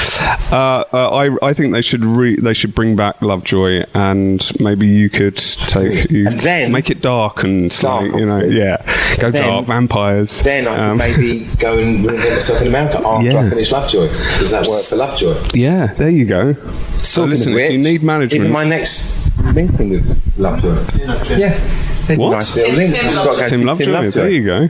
S5: Uh, uh, I I think they should re- they should bring back Lovejoy, and maybe you could take you
S6: And then-
S5: make it dark and
S6: Dark,
S5: like, you know
S6: obviously.
S5: yeah go
S6: Then-
S5: dark vampires.
S6: Then I
S5: Um,
S6: could maybe go and reinvent myself in America after
S5: Yeah.
S6: I finish Lovejoy. Does that work for Lovejoy?
S5: yeah, there you go. So listen,
S6: Talking of
S5: if you
S6: which,
S5: need management,
S6: Even my next meeting with Lovejoy. Yeah. There's a
S5: What?
S6: Nice little
S7: Tim-
S6: link.
S7: Tim
S6: We've got to go
S7: Lovejoy.
S6: see
S5: Tim Lovejoy. There you go.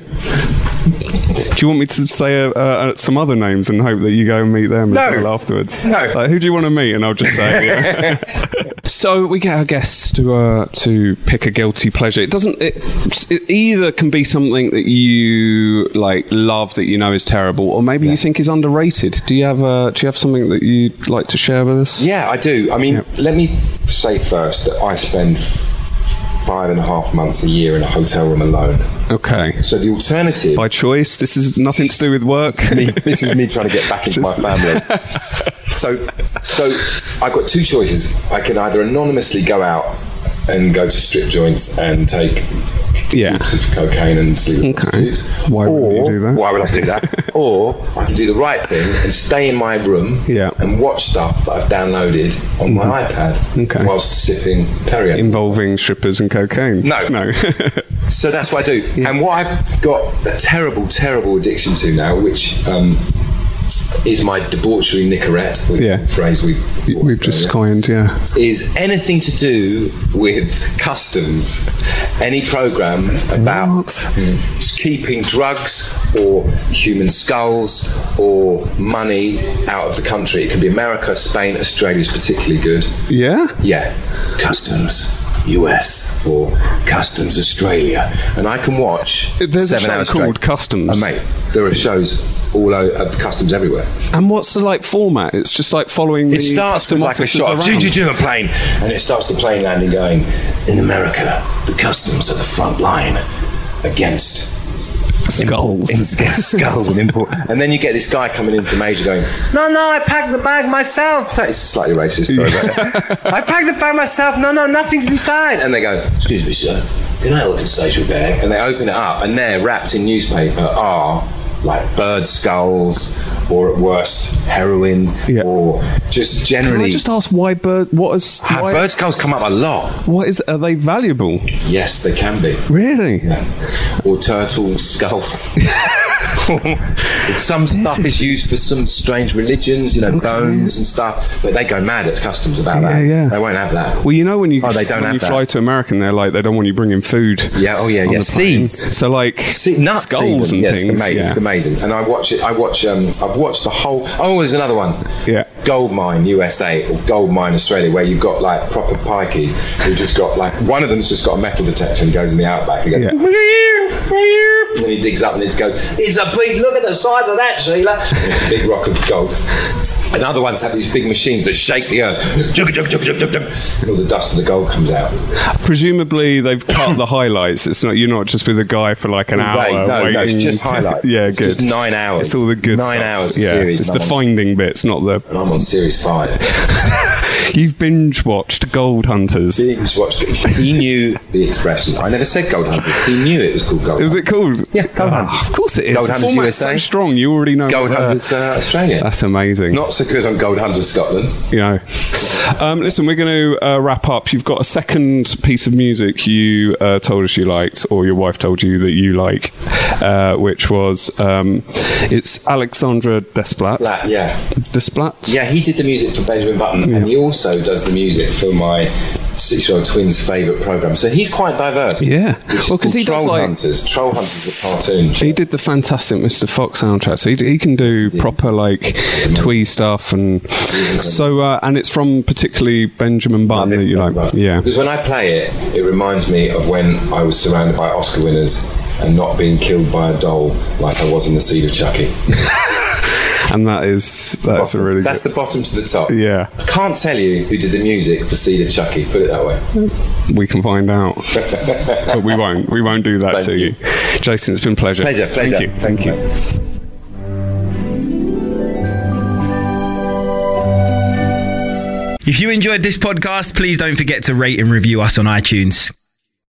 S5: Do you want me to say uh, uh, some other names and hope that you go and meet them
S6: No.
S5: as well afterwards?
S6: No.
S5: Like, who do you want to meet? And I'll just say. yeah. so we get our guests to uh, to pick a guilty pleasure. It doesn't. It, it either can be something that you like love that you know is terrible, or maybe you think is underrated. Do you have uh, Do you have something that you'd like to share with us?
S6: Yeah, I do. I mean,
S5: Yep.
S6: let me say first that I spend f- five and a half months a year in a hotel room alone.
S5: Okay.
S6: So the alternative
S5: By choice. This is nothing to do with work.
S6: me, this is me trying to get back into my family. So, so I've got two choices. I can either anonymously go out and go to strip joints and take
S5: Yeah.
S6: groups of cocaine and sleep with
S5: Okay.
S6: prostitutes.
S5: Why would
S6: or,
S5: you do that?
S6: Why would I do that? or I can do the right thing and stay in my room
S5: Yeah. Mm-hmm.
S6: and watch stuff that I've downloaded on my iPad
S5: Okay.
S6: whilst sipping Perrier.
S5: Involving strippers and cocaine.
S6: No.
S5: No.
S6: So that's what I do. And what I've got a terrible, terrible addiction to now, which um, is my debauchery Nicorette, which
S5: Yeah.
S6: phrase we've,
S5: We've just coined, yeah.
S6: is anything to do with customs. Any program about keeping drugs or human skulls or money out of the country. It can be America, Spain, Australia's particularly good.
S5: Yeah?
S6: Yeah, customs US or customs Australia, and I can watch.
S5: There's a
S6: seven
S5: show
S6: hours
S5: called
S6: straight.
S5: Customs.
S6: And mate, there are shows all over customs everywhere.
S5: And what's the like format? It's just like following
S6: It
S5: the
S6: starts with
S5: custom
S6: like a
S5: officers
S6: shot, of
S5: around.
S6: a plane, and it starts the plane landing, going in America, the customs are the front line against
S5: Skulls.
S6: Against skulls and import. And then you get this guy coming in from Asia going, No, no, I packed the bag myself. That is slightly racist. Sorry about that. I packed it by myself. No, no, nothing's inside. And they go, Excuse me, sir. Can I look inside your bag? And they open it up, and there, wrapped in newspaper, are like bird skulls, or at worst, heroin,
S5: Yeah.
S6: or just
S5: Can I
S6: generally.
S5: just ask why bird? What is
S6: Ah,
S5: why,
S6: bird skulls come up a lot.
S5: What is? Are they valuable?
S6: Yes, they can be.
S5: Really?
S6: Yeah. Or turtle skulls. some stuff is used for some strange religions, you know, bones and stuff, but they go mad at customs about that.
S5: Yeah, yeah.
S6: They won't have that.
S5: Well, you know when you
S6: Oh, they don't
S5: when
S6: have
S5: you
S6: that.
S5: fly to America, and they're like they don't want you bringing food.
S6: Yeah, oh, yeah,
S5: on
S6: yeah.
S5: the plane.
S6: Seeds.
S5: So like
S6: See, nuts
S5: skulls
S6: even.
S5: and
S6: yeah,
S5: things.
S6: It's amazing.
S5: yeah.
S6: It's amazing. And I watch it. I watch. Um, I've watched the whole. Oh, there's another one.
S5: Yeah.
S6: Goldmine USA or Goldmine Australia, where you've got like proper pikeys who just got like one of them's just got a metal detector and goes in the outback and goes.
S5: Yeah.
S6: And then he digs up and it goes, It's a big look at the size of that, Sheila. And it's a big rock of gold. And other ones have these big machines that shake the earth. Jugga, jugga, jugga, jugga, jugga. And all the dust of the gold comes out.
S5: Presumably they've cut the highlights. It's not you're not just with a guy for like an
S6: Right,
S5: hour.
S6: no,
S5: waiting.
S6: no, it's just highlights.
S5: yeah,
S6: It's
S5: good.
S6: just nine hours.
S5: It's all the good
S6: Nine
S5: stuff.
S6: hours of
S5: Yeah,
S6: series,
S5: it's
S6: and
S5: the
S6: I'm on-
S5: finding bits, not the
S6: And I'm on series five.
S5: You've binge watched Gold Hunters.
S6: James watched it. He knew the expression. I never said gold hunters. He knew it was called gold
S5: Is it called?
S6: Yeah, Gold
S5: Ah,
S6: Hunters.
S5: Of course it is.
S6: Gold
S5: the
S6: Hunters
S5: format's so
S6: USA.
S5: strong. You already know.
S6: Gold
S5: what, uh,
S6: hunters uh, Australia.
S5: That's amazing.
S6: Not so good on gold hunters Scotland.
S5: you know. Um, listen, we're going to uh, wrap up. You've got a second piece of music you uh, told us you liked, or your wife told you that you like, uh, which was um, it's Alexandra Desplat.
S6: Flat, yeah.
S5: Desplat.
S6: Yeah, he did the music for Benjamin Button, and he also does the music for my six-year-old twin's favourite program. So he's quite diverse.
S5: Yeah.
S6: Which is
S5: Well, 'cause
S6: called
S5: he does,
S6: Troll
S5: like-
S6: Hunters. Troll Hunters is a cartoon.
S5: He did the fantastic Mr. Fox soundtrack, so he, he can do proper like twee stuff and so uh, and it's from particularly Benjamin Button that you like, yeah.
S6: Because when I play it, it reminds me of when I was surrounded by Oscar winners and not being killed by a doll like I was in the seed of Chucky.
S5: And that is that's a really
S6: That's
S5: good,
S6: the bottom to the top.
S5: yeah.
S6: I can't tell you who did the music for Seed of Chucky, put it that way.
S5: We can find out, but we won't. We won't do that
S6: Thank
S5: to you.
S6: you.
S5: Jason. It's been a pleasure.
S6: Pleasure, pleasure.
S5: Thank you. Thank you.
S1: If you enjoyed this podcast, please don't forget to rate and review us on iTunes.